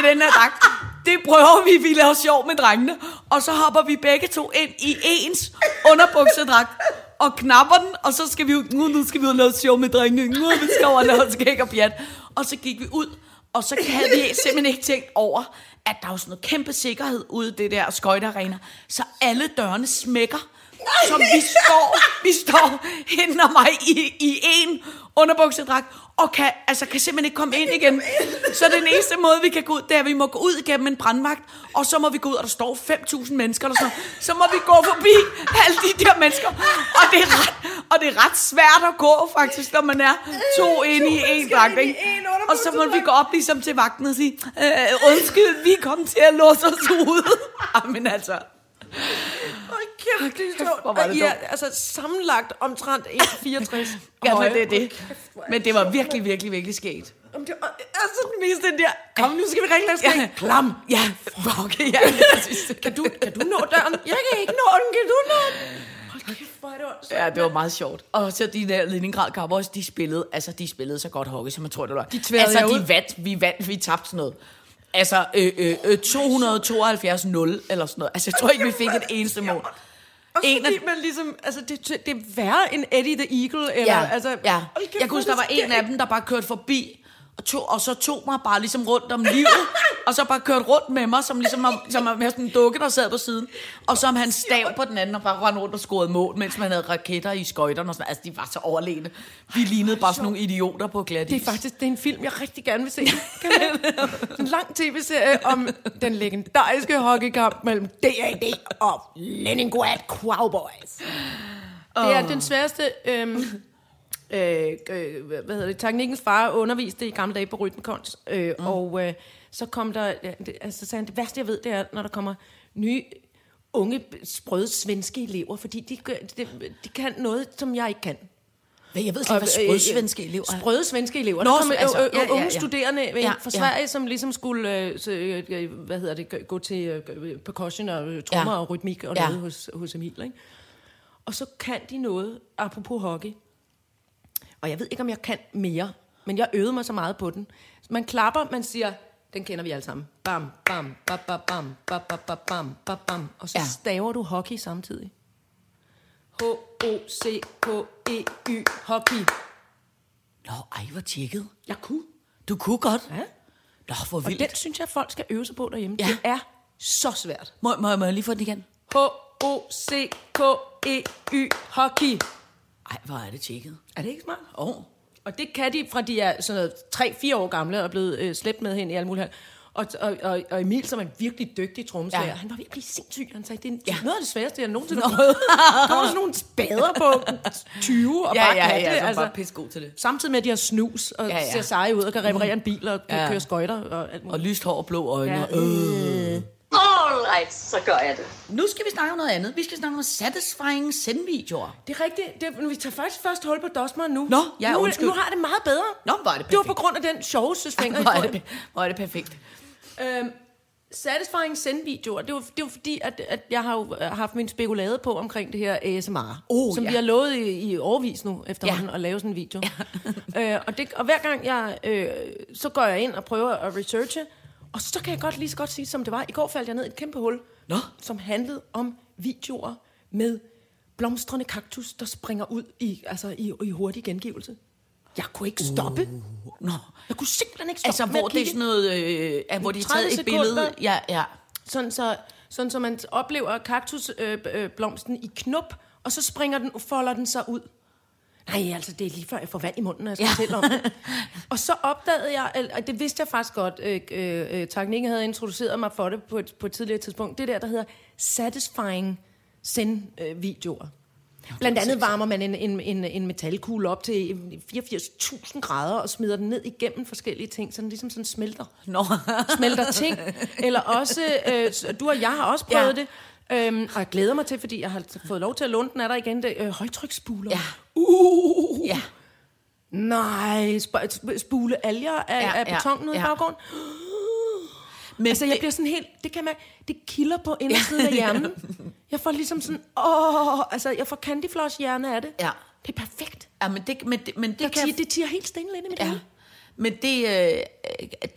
Speaker 3: i den her dragt. Det prøver vi, vi laver sjov med drengene. Og så hopper vi begge to ind i ens underbuksedragt og knapper den, og så skal vi ud, nu, nu skal vi ud og lave sjov med drengene. Nu er vi skal over og lave skæg og pjat. Og så gik vi ud, og så havde vi simpelthen ikke tænkt over, at der er jo sådan noget kæmpe sikkerhed ude i det der skøjtearena. Så alle dørene smækker. Så vi står, vi står hende og mig i, i en underbuksedragt, og kan, altså, kan simpelthen ikke komme ind igen. Så den eneste måde, vi kan gå ud, det er, at vi må gå ud igennem en brandvagt, og så må vi gå ud, og der står 5.000 mennesker eller sådan noget. Så må vi gå forbi alle de der mennesker, og det er ret, og det er ret svært at gå faktisk, når man er
Speaker 4: Øh,
Speaker 3: to inde i en dragt. ikke?
Speaker 4: ind i én
Speaker 3: Og så må vi gå op ligesom til vagten og sige, øh, undskyld, vi kom til at låse os ude. Jamen altså,
Speaker 4: Hold kæft, det er
Speaker 3: Kæft,
Speaker 4: sjovt.
Speaker 3: hvor var
Speaker 4: Og
Speaker 3: det
Speaker 4: I er altså sammenlagt omtrent 1,64.
Speaker 3: ja,
Speaker 4: høje.
Speaker 3: men det er
Speaker 4: Hold
Speaker 3: det.
Speaker 4: kæft, hvor er
Speaker 3: Men det var virkelig, virkelig, virkelig sket.
Speaker 4: Om det og- altså den mest den der, kom nu skal vi ringe lave skæg.
Speaker 3: Klam. Ja, fuck, ja.
Speaker 4: Kan du, kan du nå døren? Jeg kan ikke nå den, kan du nå den? Hold kæft, hvor er det ondt.
Speaker 3: Ja, det var meget sjovt. Og så de der Leningrad Cowboys, de spillede, altså de spillede så godt hockey, som man tror, det var. De
Speaker 4: tværede
Speaker 3: Altså,
Speaker 4: jer ud.
Speaker 3: de vandt, vi vandt, vi tabte sådan noget. Altså, øh, øh, øh, 272 0 eller sådan noget. Altså, jeg tror ikke, vi fik et eneste mål.
Speaker 4: Også
Speaker 3: En af-
Speaker 4: fordi man ligesom, altså det, det er værre end Eddie the Eagle, eller
Speaker 3: Ja,
Speaker 4: altså...
Speaker 3: altså,
Speaker 4: hold
Speaker 3: ja.
Speaker 4: kæft,
Speaker 3: jeg kunne huske, der
Speaker 4: hvor
Speaker 3: var
Speaker 4: er det
Speaker 3: en af dem, der bare kørte forbi, og, tog, og så tog mig bare ligesom rundt om livet, og så bare kørte rundt med mig, som ligesom om, som om jeg var sådan en dukke, der sad på siden, og som han stav på den anden, og bare rendte rundt og scorede mål, mens man havde raketter i skøjterne og sådan Altså, de var så overlegne. Vi lignede bare sådan nogle idioter på glat
Speaker 4: Det er faktisk det er en film, jeg rigtig gerne vil se. Kan man? en lang tv-serie om den legendariske hockeykamp mellem DAD og Leningrad Cowboys. Det er den sværeste... Øhm, øh, øh, hvad hedder det, teknikkens far underviste i gamle dage på rytmekunst, øh, mm. og øh, så kom der, ja, det, altså, så sagde han, det værste jeg ved, det er, når der kommer nye unge, sprøde svenske elever, fordi de, gør- de, de kan noget, som jeg ikke kan.
Speaker 3: Hvad, jeg ved slet ikke, hvad
Speaker 4: Og, øh, øh,
Speaker 3: sprødsvenske elever er.
Speaker 4: Sprøde svenske elever.
Speaker 3: Nå,
Speaker 4: Nå, som,
Speaker 3: altså,
Speaker 4: altså, øh,
Speaker 3: ja, ja,
Speaker 4: unge
Speaker 3: ja.
Speaker 4: studerende øh,
Speaker 3: Ja,
Speaker 4: fra
Speaker 3: ja.
Speaker 4: Sverige, som ligesom skulle, øh, så, øh, øh, hvad hedder det, gå- gå til øh, percussion og øh, trommer
Speaker 3: Ja.
Speaker 4: og rytmik og
Speaker 3: Ja.
Speaker 4: noget hos, hos Emil, ikke? Og så kan de noget, apropos hockey. Og jeg ved ikke, om jeg kan mere, men jeg øvede mig så meget på den. Man klapper, man siger, den kender vi alle sammen. Bam, bam, bam, bam, bam, bam, bam, bam, bam, bam, bam. Og så
Speaker 3: Ja.
Speaker 4: ja. staver du hockey samtidig. H-O-C-K-E-Y, E hockey.
Speaker 3: Nå, ej, hvor tjekket.
Speaker 4: Jeg kunne.
Speaker 3: Du kunne godt.
Speaker 4: øh. Ja.
Speaker 3: Nå, hvor
Speaker 4: Og
Speaker 3: vildt.
Speaker 4: den synes jeg, at folk skal øve sig på derhjemme.
Speaker 3: Ja.
Speaker 4: Ja. Det er så svært.
Speaker 3: Må, må, må jeg lige få den igen?
Speaker 4: H-O-C-K-E-Y, hockey.
Speaker 3: Ej, hvor er det tjekket.
Speaker 4: Er det ikke smart?
Speaker 3: Åh. Oh.
Speaker 4: Og det kan de, fra de er sådan noget 3-4 år gamle og er blevet øh, slæbt med hen i alle mulige hal- og, og, og, og Emil, som er en virkelig dygtig trommeslager,
Speaker 3: Ja.
Speaker 4: ja. han var ved at blive sindssyg. Han sagde, det er
Speaker 3: Ja.
Speaker 4: ja. noget af det sværeste, jeg nogensinde har prøvet. Der var sådan nogle spader på 20 og
Speaker 3: Ja,
Speaker 4: bare altså.
Speaker 3: ja, ja,
Speaker 4: kan det.
Speaker 3: som bare er pissegod til det.
Speaker 4: Samtidig med, at de har snus og
Speaker 3: Ja,
Speaker 4: ja,
Speaker 3: ja.
Speaker 4: ja. ser seje ud og kan reparere en bil og
Speaker 3: Ja.
Speaker 4: ja. køre skøjter og alt muligt.
Speaker 3: Og lyst hår og blå øjne. Ja.
Speaker 4: Ja.
Speaker 3: Øh.
Speaker 2: All right, så gør jeg det.
Speaker 3: Nu skal vi snakke om noget andet. Vi skal snakke om satisfying sendvideoer.
Speaker 4: Det er rigtigt. Det, er- vi tager faktisk først hul på Dosmer nu.
Speaker 3: Nå, ja,
Speaker 4: nu,
Speaker 3: undskyld.
Speaker 4: nu har jeg det meget bedre.
Speaker 3: Nå, hvor er det
Speaker 4: Det var på
Speaker 3: perfekt.
Speaker 4: grund af den sjove søsfinger.
Speaker 3: Hvor er det, hvor er det perfekt.
Speaker 4: Øhm, satisfying sendvideoer, det er jo, det er jo fordi, at, at jeg har jo øh, haft min spekulade på omkring det her ASMR,
Speaker 3: Oh,
Speaker 4: som
Speaker 3: ja.
Speaker 4: vi har lovet i, i årvis nu efterhånden
Speaker 3: Ja.
Speaker 4: at lave sådan en video. Ja. øh, og, det, og hver gang jeg, øh, så går jeg ind og prøver at researche, og så kan jeg godt lige så godt sige, som det var. I går faldt jeg ned i et kæmpe hul,
Speaker 3: Nå.
Speaker 4: som handlede om videoer med blomstrende kaktus, der springer ud i, altså i, i hurtig gengivelse. Jeg kunne ikke stoppe. Uh.
Speaker 3: Nå.
Speaker 4: Jeg kunne simpelthen ikke stoppe
Speaker 3: Altså,
Speaker 4: med
Speaker 3: hvor
Speaker 4: at
Speaker 3: det er
Speaker 4: kigge.
Speaker 3: sådan noget, øh, er, hvor de har
Speaker 4: 30
Speaker 3: taget et billede.
Speaker 4: sekunder.
Speaker 3: Ja, ja.
Speaker 4: sådan så, sådan så man oplever kaktusblomsten øh, øh, blomsten i knop, og så springer den, folder den sig ud. Nej, altså, det er lige før jeg får vand i munden, når jeg skal
Speaker 3: Ja.
Speaker 4: ja. fortælle om det. Og så opdagede jeg, al- og det vidste jeg faktisk godt, øh, øh, øh, Takning havde introduceret mig for det på et, på et tidligere tidspunkt, det der, der hedder satisfying send-videoer. Blandt andet varmer man en, en, en, en metalkugle op til 84.000 grader og smider den ned igennem forskellige ting, så den ligesom sådan smelter
Speaker 3: Nå.
Speaker 4: smelter ting. Eller også, øh, s- du og jeg har også prøvet
Speaker 3: Ja.
Speaker 4: ja. det. Øhm, og jeg glæder mig til, fordi jeg har t- fået lov til at låne den af dig igen. Det, øh, højtryksspuler.
Speaker 3: Ja.
Speaker 4: Uh.
Speaker 3: ja.
Speaker 4: Nej, sp- sp- spule alger af,
Speaker 3: Ja,
Speaker 4: ja, af
Speaker 3: ja,
Speaker 4: beton nede ja.
Speaker 3: ja.
Speaker 4: i baggrunden.
Speaker 3: Men
Speaker 4: Altså, jeg bliver sådan helt... Det kan man... Det kilder på indersiden af hjernen. Jeg får ligesom sådan... Åh, altså, jeg får candyfloss-hjerne af det.
Speaker 3: Ja.
Speaker 4: Det er perfekt.
Speaker 3: Ja, men det, men det, men det
Speaker 4: Det,
Speaker 3: kan...
Speaker 4: kan... det tiger helt stille ind i mit ja.
Speaker 3: ja.
Speaker 4: hoved.
Speaker 3: Men det, øh,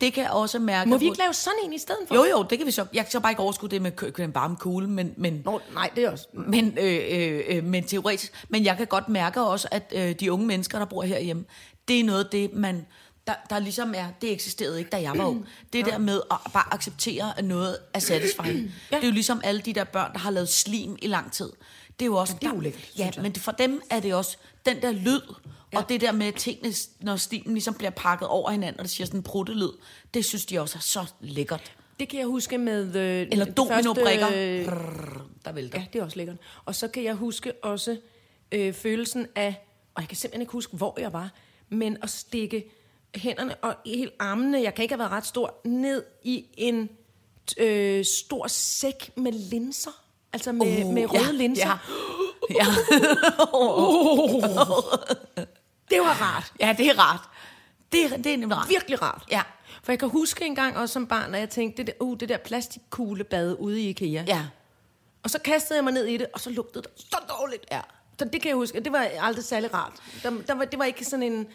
Speaker 3: det kan jeg også mærke...
Speaker 4: Må vi ikke lave sådan en i stedet for?
Speaker 3: Jo, jo, det kan vi så. Jeg kan så bare ikke overskue det med kø- kø- en varme kugle, men, men,
Speaker 4: Nå, nej, det er også...
Speaker 3: men, øh, øh, øh, men teoretisk. Men jeg kan godt mærke også, at øh, de unge mennesker, der bor herhjemme, det er noget af det, man... Der, der ligesom er, det eksisterede ikke, da jeg var ung. Det der med at bare acceptere, at noget er satisfying. ja. Det er jo ligesom alle de der børn, der har lavet slim i lang tid. Det er jo også...
Speaker 4: det er
Speaker 3: der-
Speaker 4: ulækkert,
Speaker 3: Ja,
Speaker 4: synes jeg.
Speaker 3: men for dem er det også den der lyd, ja. og det der med at tingene, når stilen ligesom bliver pakket over hinanden, og det siger sådan en pruttelyd, det synes de også er så lækkert.
Speaker 4: Det kan jeg huske med... Øh,
Speaker 3: Eller
Speaker 4: det
Speaker 3: dominobrikker.
Speaker 4: første, øh,
Speaker 3: Der vælter.
Speaker 4: Ja, det er også lækkert. Og så kan jeg huske også øh, følelsen af, og jeg kan simpelthen ikke huske, hvor jeg var, men at stikke hænderne og helt armene, jeg kan ikke have været ret stor, ned i en øh, stor sæk med linser. Altså med, oh, med røde
Speaker 3: Uh, ja,
Speaker 4: linser.
Speaker 3: Ja. Ja.
Speaker 4: Det var rart.
Speaker 3: ja, det er rart. Det er, det er nemlig rart.
Speaker 4: Virkelig rart.
Speaker 3: Ja.
Speaker 4: For jeg kan huske en gang også som barn, at jeg tænkte, det der, uh, det der plastikkuglebad ude i IKEA.
Speaker 3: Ja.
Speaker 4: Og så kastede jeg mig ned i det, og så lugtede det så dårligt. Ja. Så det kan jeg huske, og det var aldrig særlig rart. Der, der var, det var ikke sådan en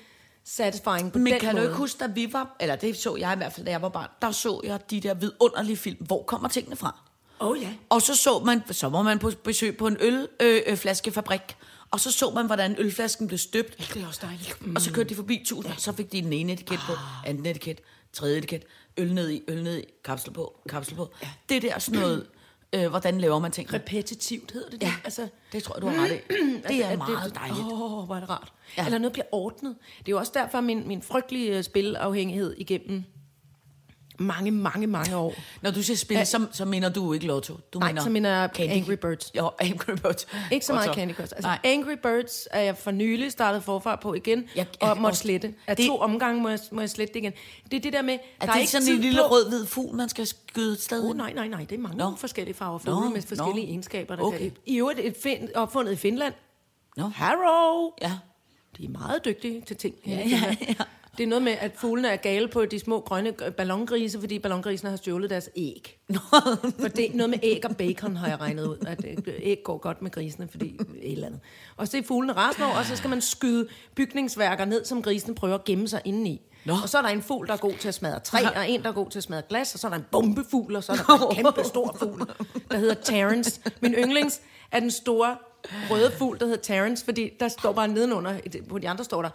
Speaker 4: satisfying på
Speaker 3: Men
Speaker 4: den
Speaker 3: kan
Speaker 4: måde.
Speaker 3: du ikke huske, da vi var, eller det så jeg i hvert fald, da jeg var barn, der så jeg de der vidunderlige film, hvor kommer tingene fra?
Speaker 4: Åh oh, ja.
Speaker 3: Og så så man, så var man på besøg på en ølflaskefabrik, øh, og så så man, hvordan ølflasken blev støbt.
Speaker 4: Det er også dejligt. Ah.
Speaker 3: Mm. Og så kørte de forbi tusind, og så fik de den ene etiket på, anden etiket, tredje etiket, øl ned i, øl ned i, kapsel på, kapsel på. Ja. Det der sådan noget, øh, hvordan laver man ting?
Speaker 4: Repetitivt hedder det.
Speaker 3: Ja,
Speaker 4: det. Altså,
Speaker 3: det tror jeg, du har ret i. Det er meget dejligt.
Speaker 4: Åh, oh, hvor er det rart.
Speaker 3: Ja.
Speaker 4: Ja. Eller noget bliver ordnet. Det er jo også derfor, min, min frygtelige øh, spilafhængighed igennem mange, mange, mange år.
Speaker 3: Når du siger spil, så, så minder du ikke Lotto. Du
Speaker 4: Nej,
Speaker 3: minder
Speaker 4: så minder jeg øh, Angry Birds.
Speaker 3: Jo, Angry Birds.
Speaker 4: Ikke så
Speaker 3: Godt
Speaker 4: meget Candy Crush. Altså,
Speaker 3: Nej.
Speaker 4: Nej. Angry Birds er jeg for nylig startet forfra på igen,
Speaker 3: Jeg-
Speaker 4: jeg,
Speaker 3: jeg
Speaker 4: og
Speaker 3: kan
Speaker 4: måtte
Speaker 3: også-
Speaker 4: slette. Af
Speaker 3: Det-
Speaker 4: det, to omgange må jeg, må jeg slette det igen. Det er det der med,
Speaker 3: Er
Speaker 4: der
Speaker 3: det
Speaker 4: er
Speaker 3: ikke
Speaker 4: ikke
Speaker 3: sådan
Speaker 4: tid
Speaker 3: en lille
Speaker 4: på.
Speaker 3: rød-hvid fugl, man skal skyde et sted?
Speaker 4: Uh,
Speaker 3: hen?
Speaker 4: nej, nej, nej, det er mange
Speaker 3: Nå.
Speaker 4: no. forskellige farver
Speaker 3: Nå,
Speaker 4: fugle no. med
Speaker 3: nå.
Speaker 4: forskellige no. egenskaber. Der
Speaker 3: Okay.
Speaker 4: okay. kan, I øvrigt et find, opfundet i Finland.
Speaker 3: Nå.
Speaker 4: Harrow!
Speaker 3: Ja.
Speaker 4: De er meget dygtige til ting. Ja, ja, ja. Det er noget med, at fuglene er gale på de små grønne g- ballongrise, fordi ballongrisene har stjålet deres æg. For det er noget med æg og bacon, har jeg regnet ud. At øh, æg går godt med grisene, fordi et eller andet. Og så er fuglene rasende over, og så skal man skyde bygningsværker ned, som grisene prøver at gemme sig inde i.
Speaker 3: Nå.
Speaker 4: Og så er der en fugl, der er god til at smadre træ, og en, der er god til at smadre glas, og så er der en bombefugl, og så er der en kæmpe stor fugl, der hedder Terence. Min yndlings er den store røde fugl, der hedder Terence, fordi der står bare nedenunder, på de andre står der,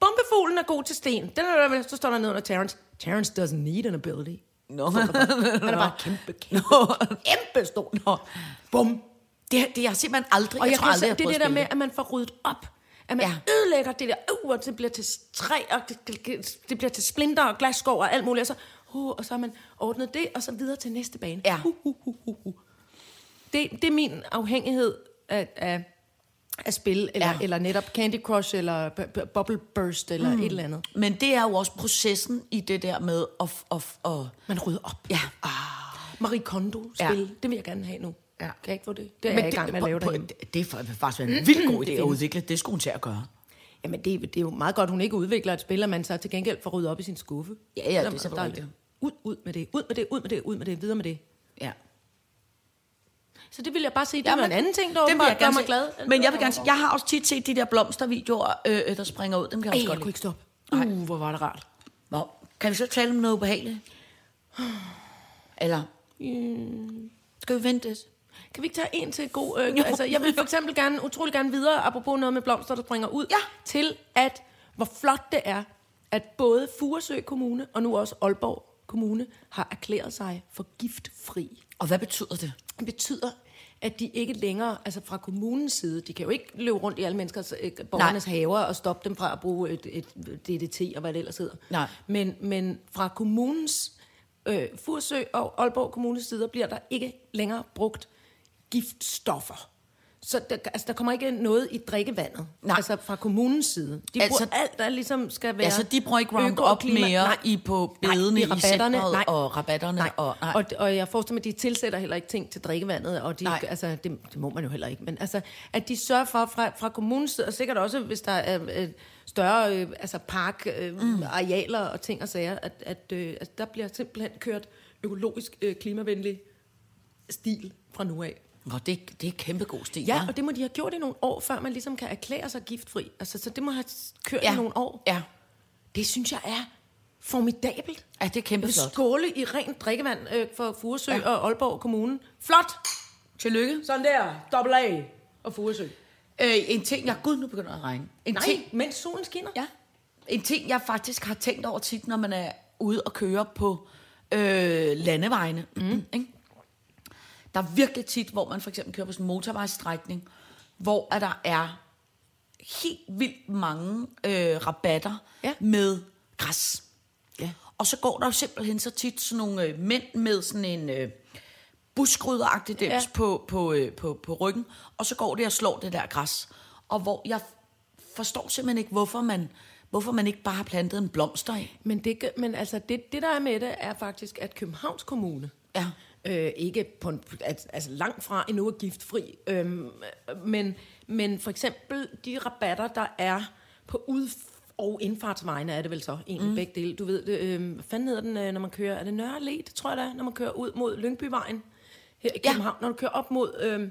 Speaker 4: bombefuglen er god til sten. Den er der, så står der nedenunder Terence. Terence doesn't need an ability.
Speaker 3: Nå.
Speaker 4: Han er bare kæmpe, kæmpe, kæmpe stor.
Speaker 3: Nå.
Speaker 4: Bum.
Speaker 3: Det, det har jeg simpelthen aldrig...
Speaker 4: Og jeg,
Speaker 3: tror
Speaker 4: jeg
Speaker 3: aldrig, jeg
Speaker 4: kan, jeg det
Speaker 3: har
Speaker 4: er det der
Speaker 3: prøvet
Speaker 4: med,
Speaker 3: at
Speaker 4: at man får ryddet op. At man
Speaker 3: Ja.
Speaker 4: ja. ødelægger det der, uh, og det bliver til træ, og det, det, det bliver til splinter og glasskov og alt muligt. Og så, uh, og så har man ordnet det, og så videre til næste bane.
Speaker 3: Ja.
Speaker 4: Uh, uh, uh, uh, uh. Det, det er min afhængighed af, af, af spil, eller,
Speaker 3: Ja.
Speaker 4: ja. eller netop Candy Crush, eller b- b- Bubble Burst, eller mm. et eller andet.
Speaker 3: spille. Men det er jo også processen i det der med at... f- at, f- at
Speaker 4: Man rydder op.
Speaker 3: ja.
Speaker 4: Marie Kondo-spil, ja. det vil jeg gerne have nu.
Speaker 3: Ja.
Speaker 4: Kan jeg ikke få det? Det er Men jeg i gang med at lave
Speaker 3: på,
Speaker 4: derhjemme.
Speaker 3: det, det er fa- faktisk en vild god idé at
Speaker 4: findes.
Speaker 3: udvikle. Det skulle hun til at gøre.
Speaker 4: Jamen, det, er- det er jo meget godt, hun ikke udvikler et spil, og man så til gengæld får ryddet op i sin skuffe.
Speaker 3: Ja, ja, det er
Speaker 4: Jamen,
Speaker 3: så
Speaker 4: der
Speaker 3: rigtigt.
Speaker 4: Ud, ud med det, ud med det, ud med det, ud med det, videre med det.
Speaker 3: Ja.
Speaker 4: Så det vil jeg bare sige, det var en anden ting, der åbenbart gør mig glad.
Speaker 3: Men jeg vil gerne sige, jeg har også tit set de der blomstervideoer, øh, øh, der springer ud. Dem kan jeg
Speaker 4: Ej,
Speaker 3: også
Speaker 4: Altså, jeg
Speaker 3: godt
Speaker 4: kunne
Speaker 3: lide.
Speaker 4: ikke stoppe. Uh, hvor var det rart.
Speaker 3: Nå, kan vi så tale om noget ubehageligt? Eller? Øh. Skal vi vente lidt?
Speaker 4: Kan vi ikke tage en til god... Øh, altså, jeg vil for eksempel gerne, utrolig gerne videre, apropos noget med blomster, der springer ud,
Speaker 3: Ja.
Speaker 4: til at, hvor flot det er, at både Furesø Kommune og nu også Aalborg Kommune har erklæret sig for giftfri.
Speaker 3: Og hvad betyder det?
Speaker 4: Det betyder, at de ikke længere, altså fra kommunens side, de kan jo ikke løbe rundt i alle menneskers, øh, borgernes
Speaker 3: Nej.
Speaker 4: haver og stoppe dem fra at bruge et, et DDT og hvad det ellers hedder.
Speaker 3: Nej.
Speaker 4: Men, men fra kommunens, øh, Fursø og Aalborg kommunes sider, bliver der ikke længere brugt giftstoffer. Så der, altså, der kommer ikke noget i drikkevandet.
Speaker 3: Nej.
Speaker 4: Altså fra kommunens side. De altså,
Speaker 3: Altså-
Speaker 4: bruger alt, der ligesom skal være...
Speaker 3: Ja, så Altså, de bruger ikke
Speaker 4: øko- og
Speaker 3: Roundup
Speaker 4: klima.
Speaker 3: mere
Speaker 4: Nej.
Speaker 3: i på
Speaker 4: Nej,
Speaker 3: bedene i,
Speaker 4: rabatterne.
Speaker 3: centret
Speaker 4: Nej.
Speaker 3: og rabatterne.
Speaker 4: Nej.
Speaker 3: Og, nej.
Speaker 4: Og, og jeg forestiller mig, at de tilsætter heller ikke ting til drikkevandet, og de,
Speaker 3: Nej.
Speaker 4: altså, det, det må man jo heller ikke, men altså, at de sørger for fra, fra kommunens side, og sikkert også, hvis der er øh, større øh, altså parkarealer øh, mm. arealer og ting og sager, at, at øh, altså, der bliver simpelthen kørt økologisk øh, klimavenlig stil fra nu af.
Speaker 3: Nå, det, det er kæmpe god stil.
Speaker 4: Ja, og det må de have gjort i nogle år, før man ligesom kan erklære sig giftfri. Altså, så det må have kørt ja. i nogle år.
Speaker 3: Ja.
Speaker 4: Det synes jeg er formidabelt.
Speaker 3: ja, det er
Speaker 4: Jeg
Speaker 3: kæmpe
Speaker 4: vil
Speaker 3: flot.
Speaker 4: skåle i rent drikkevand øh, for Furesø
Speaker 3: Ja.
Speaker 4: ja. og Aalborg Kommune. Flot!
Speaker 3: Tillykke.
Speaker 4: Sådan der. Dobbelt A og Furesø.
Speaker 3: Øh, en ting, jeg... Gud, nu begynder det at regne. En
Speaker 4: Nej,
Speaker 3: ting,
Speaker 4: mens solen skinner.
Speaker 3: Ja. En ting, jeg faktisk har tænkt over tit, når man er ude og køre på øh, landevejene. Mm. Ikke? Der er virkelig tit, hvor man for eksempel kører på sådan en motorvejsstrækning, hvor at der er helt vildt mange øh, rabatter
Speaker 4: Ja.
Speaker 3: med græs.
Speaker 4: ja.
Speaker 3: Og så går der jo simpelthen så tit sådan nogle øh, mænd med sådan en øh, buskrydderagtig dims ja.
Speaker 4: Ja.
Speaker 3: på, på, øh, på, på ryggen, og så går det og slår det der græs. Og hvor jeg forstår simpelthen ikke, hvorfor man, hvorfor man ikke bare har plantet en blomster i.
Speaker 4: Men, det, gør- men altså, det, det der er med det, er faktisk, at Københavns Kommune,
Speaker 3: Ja.
Speaker 4: øh, ikke på en, at, altså langt fra endnu er giftfri, øhm, men, men for eksempel de rabatter, der er på ud og indfartsvejene er det vel så egentlig mm. begge dele. Du ved, det, øh, hvad fanden hedder den, øh, når man kører, er det Nørre Allé, det tror jeg det er, når man kører ud mod Lyngbyvejen her i
Speaker 3: Ja.
Speaker 4: København, når du kører op mod... Øh,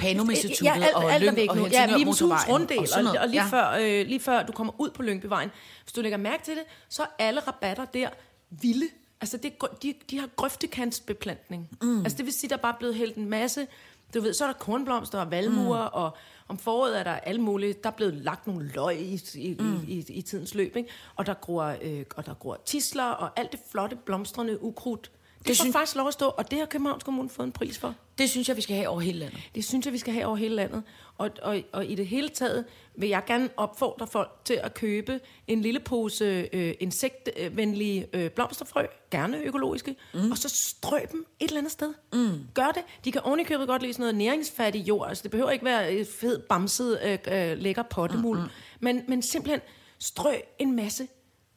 Speaker 3: Panum-instituttet
Speaker 4: ja, alt,
Speaker 3: og
Speaker 4: alt
Speaker 3: Lyng-
Speaker 4: er væk
Speaker 3: og
Speaker 4: nu.
Speaker 3: Helsingør
Speaker 4: Ja, Vibens Hus
Speaker 3: Motorvejen
Speaker 4: runddel,
Speaker 3: og
Speaker 4: og,
Speaker 3: sådan noget.
Speaker 4: og, og lige,
Speaker 3: Ja.
Speaker 4: ja. før, øh, lige før du kommer ud på Lyngbyvejen, hvis du lægger mærke til det, så er alle rabatter der vilde. Altså, det, er gr- de, de har grøftekantsbeplantning. Mm. Altså, det vil sige, der er bare blevet hældt en masse... Du ved, så er der kornblomster og valmuer, mm. og om foråret er der alle mulige... Der er blevet lagt nogle løg i, i, mm. i, i, i tidens løb, ikke? Og der gror, øh, og der gror tisler og alt det flotte blomstrende ukrudt.
Speaker 3: Det
Speaker 4: Det, det får
Speaker 3: syn-
Speaker 4: faktisk lov at stå, og det har Københavns Kommune fået en pris for.
Speaker 3: Det synes jeg, vi skal have over hele landet.
Speaker 4: Det synes jeg, vi skal have over hele landet. Og, og, og i det hele taget vil jeg gerne opfordre folk til at købe en lille pose øh, insektvenlige øh, blomsterfrø, gerne økologiske, mm. og så strø dem et eller andet sted. Mm. Gør det. De kan ovenikøbet godt lide sådan noget næringsfattig jord. Altså, det behøver ikke være øh, fed, bamset, øh, øh, lækker pottemul. Mm, mm. Men, men simpelthen strø en masse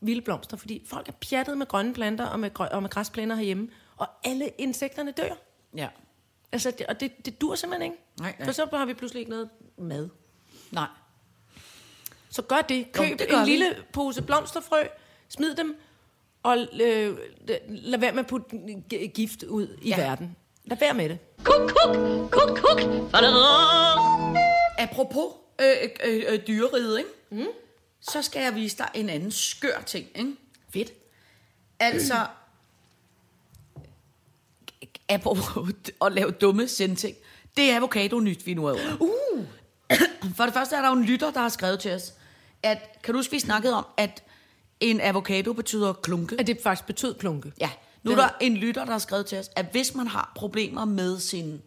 Speaker 4: vilde blomster, fordi folk er pjattet med grønne planter og med, grø- og med græsplæner herhjemme, og alle insekterne dør.
Speaker 3: Ja.
Speaker 4: Altså, det, og det, det dur simpelthen ikke.
Speaker 3: Nej, nej.
Speaker 4: For så har vi pludselig ikke noget mad.
Speaker 3: Nej.
Speaker 4: Så gør det. Køb
Speaker 3: det
Speaker 4: det
Speaker 3: gør
Speaker 4: gør
Speaker 3: vi.
Speaker 4: en lille pose blomsterfrø, smid dem, og øh, lad være med at putte g- gift ud i
Speaker 3: Ja.
Speaker 4: ja. verden. Lad være med det.
Speaker 2: Kuk, kuk, kuk, kuk. Badadadada.
Speaker 3: Apropos øh, øh, øh, dyreriget, ikke? Mm. så skal jeg vise dig en anden skør ting. Ikke?
Speaker 4: Fedt.
Speaker 3: Altså, apropos at lave dumme sendting, det er avocado nyt, vi nu er over. Uh. For det første er der jo en lytter, der har skrevet til os, at, kan du huske, vi snakkede om, at en avocado betyder klunke?
Speaker 4: At det faktisk betød klunke.
Speaker 3: Ja, nu er der en lytter, der har skrevet til os, at hvis man har problemer med sin...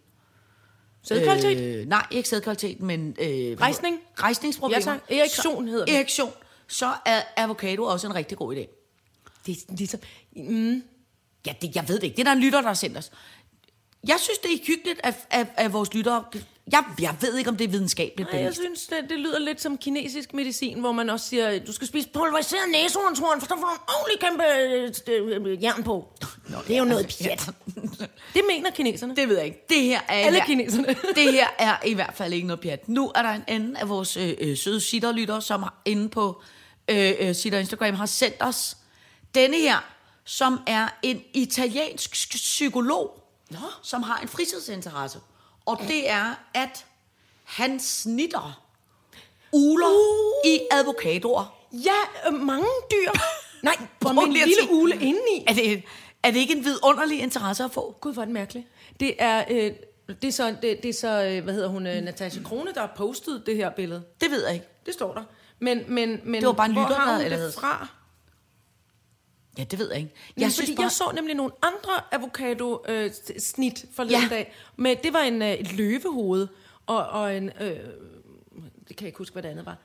Speaker 4: Sædkvalitet.
Speaker 3: Øh, nej, ikke sædkvalitet, men... Øh, hvad
Speaker 4: Rejsning.
Speaker 3: hedder- Rejsningsproblemer.
Speaker 4: Ja, tak. Erektion
Speaker 3: så,
Speaker 4: hedder det.
Speaker 3: Erektion. Så er avocado også en rigtig god idé.
Speaker 4: Det er ligesom... Mm,
Speaker 3: Ja, det, jeg ved det ikke. Det er der en lytter, der har sendt os. Jeg synes, det er hyggeligt, at, at, at vores lyttere... Jeg, jeg ved ikke, om det er videnskabeligt.
Speaker 4: nej, jeg
Speaker 3: belyst.
Speaker 4: synes, det, det lyder lidt som kinesisk medicin, hvor man også siger, du skal spise pulveriseret næsehornshorn, for så får du en ordentlig kæmpe øh, øh, jern på. Nå, det er jo noget pjat.
Speaker 3: Altså,
Speaker 4: Det mener kineserne.
Speaker 3: Det ved jeg ikke. Det her er i
Speaker 4: Alle
Speaker 3: hver-
Speaker 4: kineserne.
Speaker 3: det her er i hvert fald ikke noget pjat. Nu er der en anden af vores øh, øh, søde sitterlyttere, som har inde på øh, øh, sitter Instagram har sendt os denne her som er en italiensk ps- psykolog, Nå. som har en fritidsinteresse. Og det er, at han snitter uler uh. i avocadoer.
Speaker 4: Ja, øh, mange dyr. Nej, hvor
Speaker 3: Prøv
Speaker 4: min
Speaker 3: lige at
Speaker 4: lille
Speaker 3: tænke.
Speaker 4: ule indeni.
Speaker 3: Er det, er det ikke en vidunderlig interesse at få?
Speaker 4: Gud, hvor er det mærkeligt. Det er, øh, det er så, det, det er så øh, hvad hedder hun, øh, Natasha Krone, der har postet det her billede.
Speaker 3: Det ved jeg ikke.
Speaker 4: Det står der. Men, men, men
Speaker 3: Det var bare en
Speaker 4: hvor
Speaker 3: lytter,
Speaker 4: har
Speaker 3: der-
Speaker 4: hun
Speaker 3: eller hvad?
Speaker 4: det fra?
Speaker 3: Ja, det ved jeg ikke.
Speaker 4: Jeg, Jamen, synes fordi bare... jeg så nemlig nogle andre avocado-snit øh, forleden
Speaker 3: Ja.
Speaker 4: ja. dag. Men det var en, øh, et løvehoved og, og en... Øh, det kan jeg ikke huske, hvad det andet var.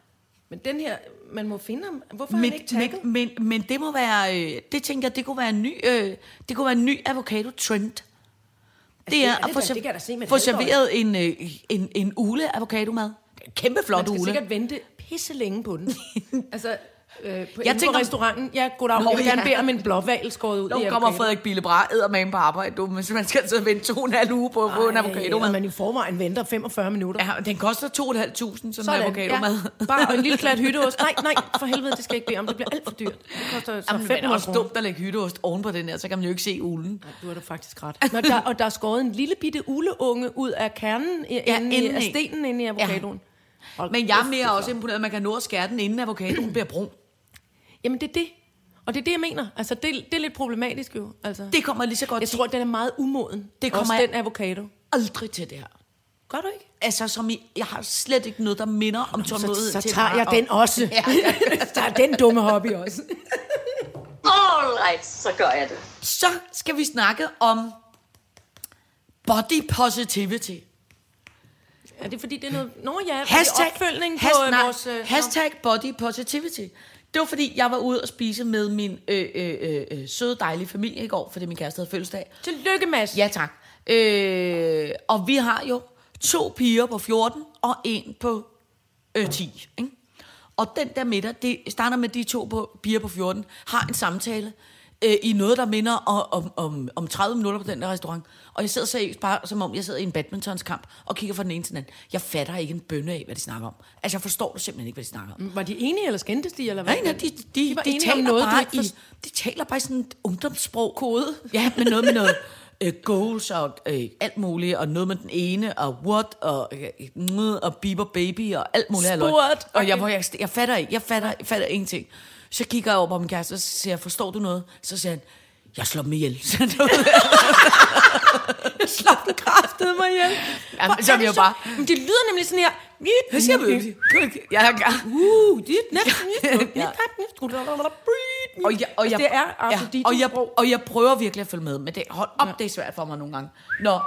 Speaker 4: Men den her, man må finde ham. Hvorfor men, er han ikke
Speaker 3: men,
Speaker 4: tagget? Men,
Speaker 3: men, men, men det må være, øh, det tænker jeg, det kunne være en ny, øh, det kunne være en ny avocado-trend. Det
Speaker 4: Altså, det-
Speaker 3: er at
Speaker 4: det
Speaker 3: få,
Speaker 4: kan-
Speaker 3: ser-
Speaker 4: det kan jeg da se med et
Speaker 3: få
Speaker 4: halvt øje.
Speaker 3: serveret en, øh, en, en ule avocadomad. Kæmpe
Speaker 4: man
Speaker 3: flot
Speaker 4: skal
Speaker 3: ule.
Speaker 4: sikkert vente pisse længe på den. altså, øh, på,
Speaker 3: Jeg
Speaker 4: jeg tænker,
Speaker 3: tænker-
Speaker 4: på restauranten, ja, goddag,
Speaker 3: Nå,
Speaker 4: jeg vil gerne
Speaker 3: ja.
Speaker 4: bede om en blåval skåret ud
Speaker 3: Nu
Speaker 4: i
Speaker 3: kommer
Speaker 4: avocado.
Speaker 3: Frederik Billebra, eddermame på arbejde, du, men man skal altså vente to og en halv uge på at få en
Speaker 4: Ej, og
Speaker 3: avocadomad.
Speaker 4: man i forvejen venter 45 minutter.
Speaker 3: Ja, den koster 2.500, sådan, sådan en avocadomad.
Speaker 4: Ja. Bare og en lille klat hytteost. Nej, nej, for helvede, det skal jeg ikke bede om. Det bliver alt for dyrt. Det koster så
Speaker 3: Jamen, det er
Speaker 4: 500
Speaker 3: også
Speaker 4: kroner.
Speaker 3: dumt at lægge hytteost oven på den her, så kan man jo ikke se ulen.
Speaker 4: Du har da faktisk ret. Nå, der, og der er skåret en lille bitte uleunge ud af kernen, i, ja, inde i,
Speaker 3: indeni.
Speaker 4: af stenen inde i avocadoen. Ja.
Speaker 3: Men jeg er mere også imponeret, at man kan nå at skære den, inden avocadoen bliver brun.
Speaker 4: Jamen, det er det. Og det er det, jeg mener. Altså, det, det er lidt problematisk jo. Altså.
Speaker 3: Det kommer lige så godt
Speaker 4: Jeg
Speaker 3: til.
Speaker 4: tror, den er meget umoden.
Speaker 3: Det
Speaker 4: Det
Speaker 3: kommer
Speaker 4: kommer også
Speaker 3: jeg-
Speaker 4: den avocado.
Speaker 3: aldrig til det her.
Speaker 4: Gør du ikke?
Speaker 3: Altså, som I, jeg har slet ikke noget, der minder om tålmodighed til bare at-
Speaker 4: også.
Speaker 3: Ja.
Speaker 4: tager den dumme hobby også.
Speaker 2: Alright, så gør jeg det.
Speaker 3: Så skal vi snakke om body positivity.
Speaker 4: Er det fordi, det er noget... Nå ja, hashtag,
Speaker 3: Hashtag,
Speaker 4: opfølgning på
Speaker 3: has-
Speaker 4: øh,
Speaker 3: nej,
Speaker 4: vores... øh,
Speaker 3: hashtag body positivity. Det var fordi, jeg var ude og spise med min øh, øh, øh, øh, søde, dejlige familie i går, fordi min kæreste havde fødselsdag.
Speaker 4: nå. Tillykke, Mads.
Speaker 3: Ja, tak. Øh, og vi har jo to piger på 14 og en på øh, 10. Ikke? Og den der middag, det starter med at de to på, piger på 14, har en samtale øh, i noget, der minder om, om, om, om 30 minutter på den der restaurant. Og jeg sidder seriøst bare, som om jeg sidder i en badmintonskamp og kigger fra den ene til den anden. Jeg fatter ikke en bønne af, hvad de snakker om. Altså, jeg forstår det simpelthen ikke, hvad de snakker om.
Speaker 4: Var de enige, eller skændtes de, eller hvad?
Speaker 3: Nej, nej, de, de, de,
Speaker 4: var
Speaker 3: de
Speaker 4: enige om
Speaker 3: taler noget,
Speaker 4: noget, du
Speaker 3: bare
Speaker 4: ikke
Speaker 3: i, de taler bare i sådan et ungdomssprog. Kode. Ja, men noget med noget øh, goals og øh, alt muligt, og noget med den ene, og what, og øh, og Bieber Baby, og alt muligt. halløj.
Speaker 4: Spurt,
Speaker 3: Og jeg,
Speaker 4: okay.
Speaker 3: hvor jeg, jeg fatter ikke, jeg fatter, jeg fatter ingenting. Så kigger jeg over på min kæreste, og så siger jeg, forstår du noget? Så siger han, jeg slår dem ihjel. Så det var- jeg slår dem kraftede mig ihjel.
Speaker 4: Hvor
Speaker 3: Jamen, så er vi
Speaker 4: det
Speaker 3: jo bare...
Speaker 4: Men det lyder nemlig sådan her...
Speaker 3: Hvad siger vi? Jeg er
Speaker 4: Uh, dit næst,
Speaker 3: Ja.
Speaker 4: næst, næst,
Speaker 3: Og jeg, og jeg,
Speaker 4: Altså, det er Arthur
Speaker 3: og, jeg, og jeg prøver virkelig at følge med, men det, hold op, ja. det er svært for mig nogle gange. Nå,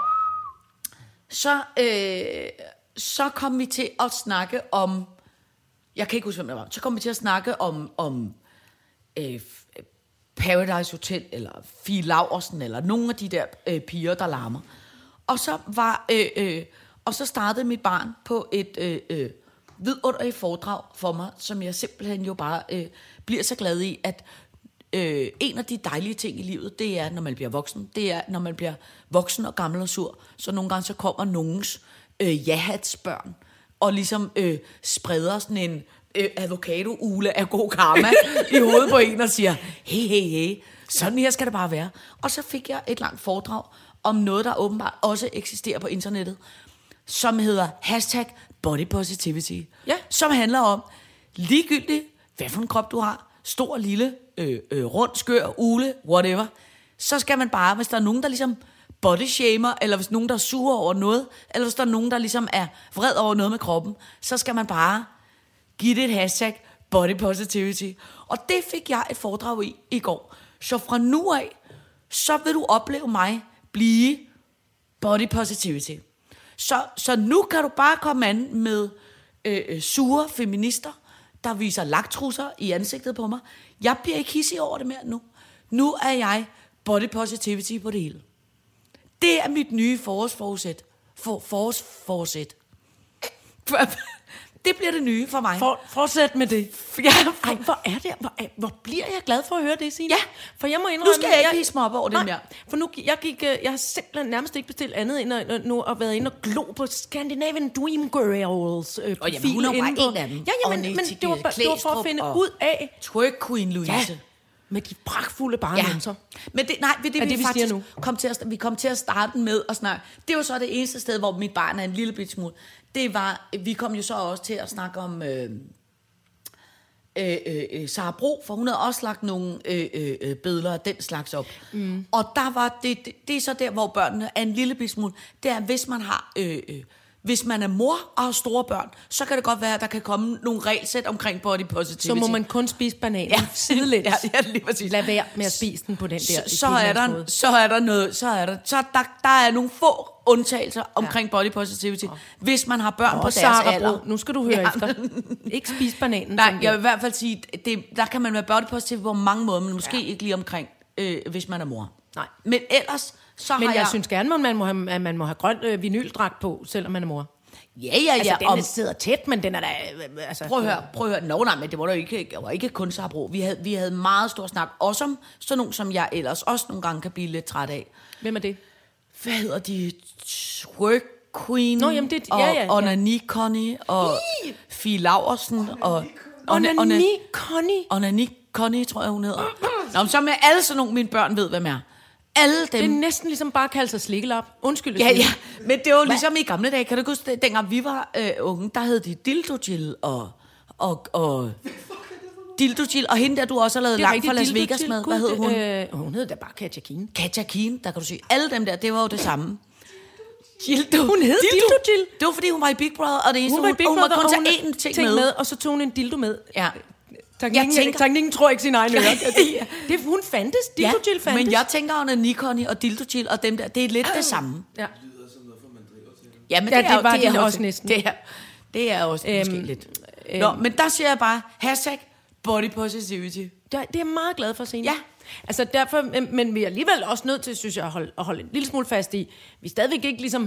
Speaker 3: så, øh, så kom vi til at snakke om, jeg kan ikke huske, hvem det var, så kom vi til at snakke om, om øh, Paradise Hotel, eller Fie Laversen, eller nogle af de der øh, piger, der larmer. Og så, var, øh, øh, og så startede mit barn på et øh, øh, vidunderligt foredrag for mig, som jeg simpelthen jo bare øh, bliver så glad i, at øh, en af de dejlige ting i livet, det er, når man bliver voksen, det er, når man bliver voksen og gammel og sur, så nogle gange så kommer nogens øh, ja-hats-børn, og ligesom øh, spreder sådan en øh, avocado-ule af god karma i hovedet på en og siger, hey, hey, hey, sådan her skal det bare være. Og så fik jeg et langt foredrag om noget, der åbenbart også eksisterer på internettet, som hedder hashtag body positivity.
Speaker 4: Ja.
Speaker 3: Som handler om, ligegyldigt hvad for en krop du har, stor, lille, øh, øh, rund, skør, ule, whatever, så skal man bare, hvis der er nogen, der ligesom body shamer, eller hvis nogen, der er sure over noget, eller hvis der er nogen, der ligesom er vred over noget med kroppen, så skal man bare Giv det et hashtag, body positivity. Og det fik jeg et foredrag i i går. Så fra nu af, så vil du opleve mig blive body positivity. Så, så nu kan du bare komme an med øh, øh, sure feminister, der viser lagtrusser i ansigtet på mig. Jeg bliver ikke hissig over det mere nu. Nu er jeg body positivity på det hele. Det er mit nye forårsforsæt. For, forårsforsæt. Det bliver det nye for mig.
Speaker 4: For, fortsæt med det.
Speaker 3: Ja,
Speaker 4: Ej, hvor er det? Hvor, er- hvor bliver jeg glad for at høre det, Signe?
Speaker 3: Ja.
Speaker 4: For jeg må indrømme...
Speaker 3: nu skal jeg ikke hisse mig op over det
Speaker 4: Nej,
Speaker 3: mere.
Speaker 4: for nu, gi- jeg, gik, øh, jeg har simpelthen nærmest ikke bestilt andet end at, nu at været inde og glo på Scandinavian Dream Girls øh,
Speaker 3: hun er
Speaker 4: profil
Speaker 3: jo bare
Speaker 4: inde på-
Speaker 3: en af dem.
Speaker 4: Ja,
Speaker 3: Og
Speaker 4: jamen, men
Speaker 3: Nette
Speaker 4: det var, bare- det var for
Speaker 3: Klæstrup
Speaker 4: at finde
Speaker 3: og-
Speaker 4: ud af,
Speaker 3: Twerk Queen Louise.
Speaker 4: Ja. Med de pragtfulde barnumser. Ja.
Speaker 3: Men det, nej, det, det,
Speaker 4: Er
Speaker 3: det vi,
Speaker 4: det, vi
Speaker 3: vi
Speaker 4: siger
Speaker 3: faktisk
Speaker 4: nu?
Speaker 3: kom til at, vi kom til at starte med at snakke. Det var så det eneste sted, hvor mit barn er en lille bit smule. Det var, vi kom jo så også til at snakke om øh, øh, øh, øh, Sara Bro, for hun havde også lagt nogle øh, øh, øh, billeder af den slags op. Mm. Og der var det, det, det er så der, hvor børnene er en lille bit smule. Det er, hvis man har... Øh, øh, hvis man er mor og har store børn, så kan det godt være, at der kan komme nogle regelsæt omkring body positivity.
Speaker 4: Så må man kun spise bananen
Speaker 3: Ja.
Speaker 4: ja. sidelæns.
Speaker 3: Ja, ja, lige præcis.
Speaker 4: Lad være med at spise den på den der.
Speaker 3: så,
Speaker 4: i
Speaker 3: så er
Speaker 4: Kina
Speaker 3: der
Speaker 4: måde.
Speaker 3: så er der noget så er der så der, der er nogle få undtagelser omkring body positivity hvis man har børn på
Speaker 4: Og
Speaker 3: deres
Speaker 4: Sara
Speaker 3: alder
Speaker 4: Bro, nu skal du høre ja. efter. Ikke spise bananen.
Speaker 3: nej
Speaker 4: tænker
Speaker 3: jeg vil i hvert fald sige det, der kan man være body positive på mange måder men måske ja. ikke lige omkring øh, hvis man er mor
Speaker 4: Nej.
Speaker 3: men ellers så
Speaker 4: Men
Speaker 3: har
Speaker 4: jeg, jeg synes gerne, at man må have, at man må have grøn øh, vinyldragt på, selvom man er mor.
Speaker 3: ja ja ja
Speaker 4: Altså, ja, den
Speaker 3: om-
Speaker 4: om... sidder tæt, men den er da... øh, øh, Altså,
Speaker 3: Prøv at høre, prøv at høre. Nå, nej, men det var der jo ikke, jeg var ikke kun Sabro. Vi havde, vi havde meget stor snak, også om sådan nogen, som jeg ellers også nogle gange kan blive lidt træt af.
Speaker 4: Hvem er det?
Speaker 3: hvad hedder de, Twerk Queen,
Speaker 4: Nå, jamen, det-
Speaker 3: og
Speaker 4: ja, ja, ja.
Speaker 3: Onani Connie, og Fie Laversen, og Ona-
Speaker 4: Onani Connie.
Speaker 3: Ona- Onani Connie, tror jeg, hun hedder. Nå, men så med alle sådan nogle, mine børn ved, hvem er. Alle
Speaker 4: Det
Speaker 3: dem.
Speaker 4: er næsten ligesom bare at kalde sig slikkelap. Undskyld.
Speaker 3: Ja, ja, men det var ligesom i gamle dage. Kan du ikke huske, det? dengang vi var øh, unge, der hed de Dildo Jill og... og, og Dildo Jill, og hende der, du også har lavet langt fra Las Vegas med. Hvad hed hun?
Speaker 4: Øh, hun hed da bare Katja Kine.
Speaker 3: Katja Keen, der kan du se. Alle dem der, det var jo det samme. Gildo. Hun
Speaker 4: hed Dildo Jill.
Speaker 3: Det var fordi, hun var i Big Brother, og det eneste,
Speaker 4: Hun var i Big Brother,
Speaker 3: hun må
Speaker 4: og
Speaker 3: kun
Speaker 4: hun
Speaker 3: tage én ting
Speaker 4: ting
Speaker 3: med.
Speaker 4: med. Og så tog hun en dildo med.
Speaker 3: Ja.
Speaker 4: Teknikken,
Speaker 3: tænker-
Speaker 4: tænker... teknikken tror ikke sin egen øre.
Speaker 3: Ja.
Speaker 4: Det, hun fandtes.
Speaker 3: ja,
Speaker 4: Dildo Jill fandtes.
Speaker 3: men jeg tænker, under Nikoni og Dildo Jill og dem der, det er lidt det samme.
Speaker 4: Ja.
Speaker 3: Ja, men
Speaker 4: Ja, det
Speaker 3: jo-
Speaker 4: var
Speaker 3: er
Speaker 4: din
Speaker 3: jo-
Speaker 4: også næsten.
Speaker 3: Det er, det er også øhm, måske
Speaker 4: Øhm,
Speaker 3: lidt. Øhm. Nå, men der siger jeg bare, hashtag body positivity.
Speaker 4: Der, det er jeg meget glad for at se.
Speaker 3: Ja.
Speaker 4: Altså derfor, men- men vi er alligevel også nødt til, synes jeg, at holde, at holde en lille smule fast i, vi er stadigvæk ikke ligesom,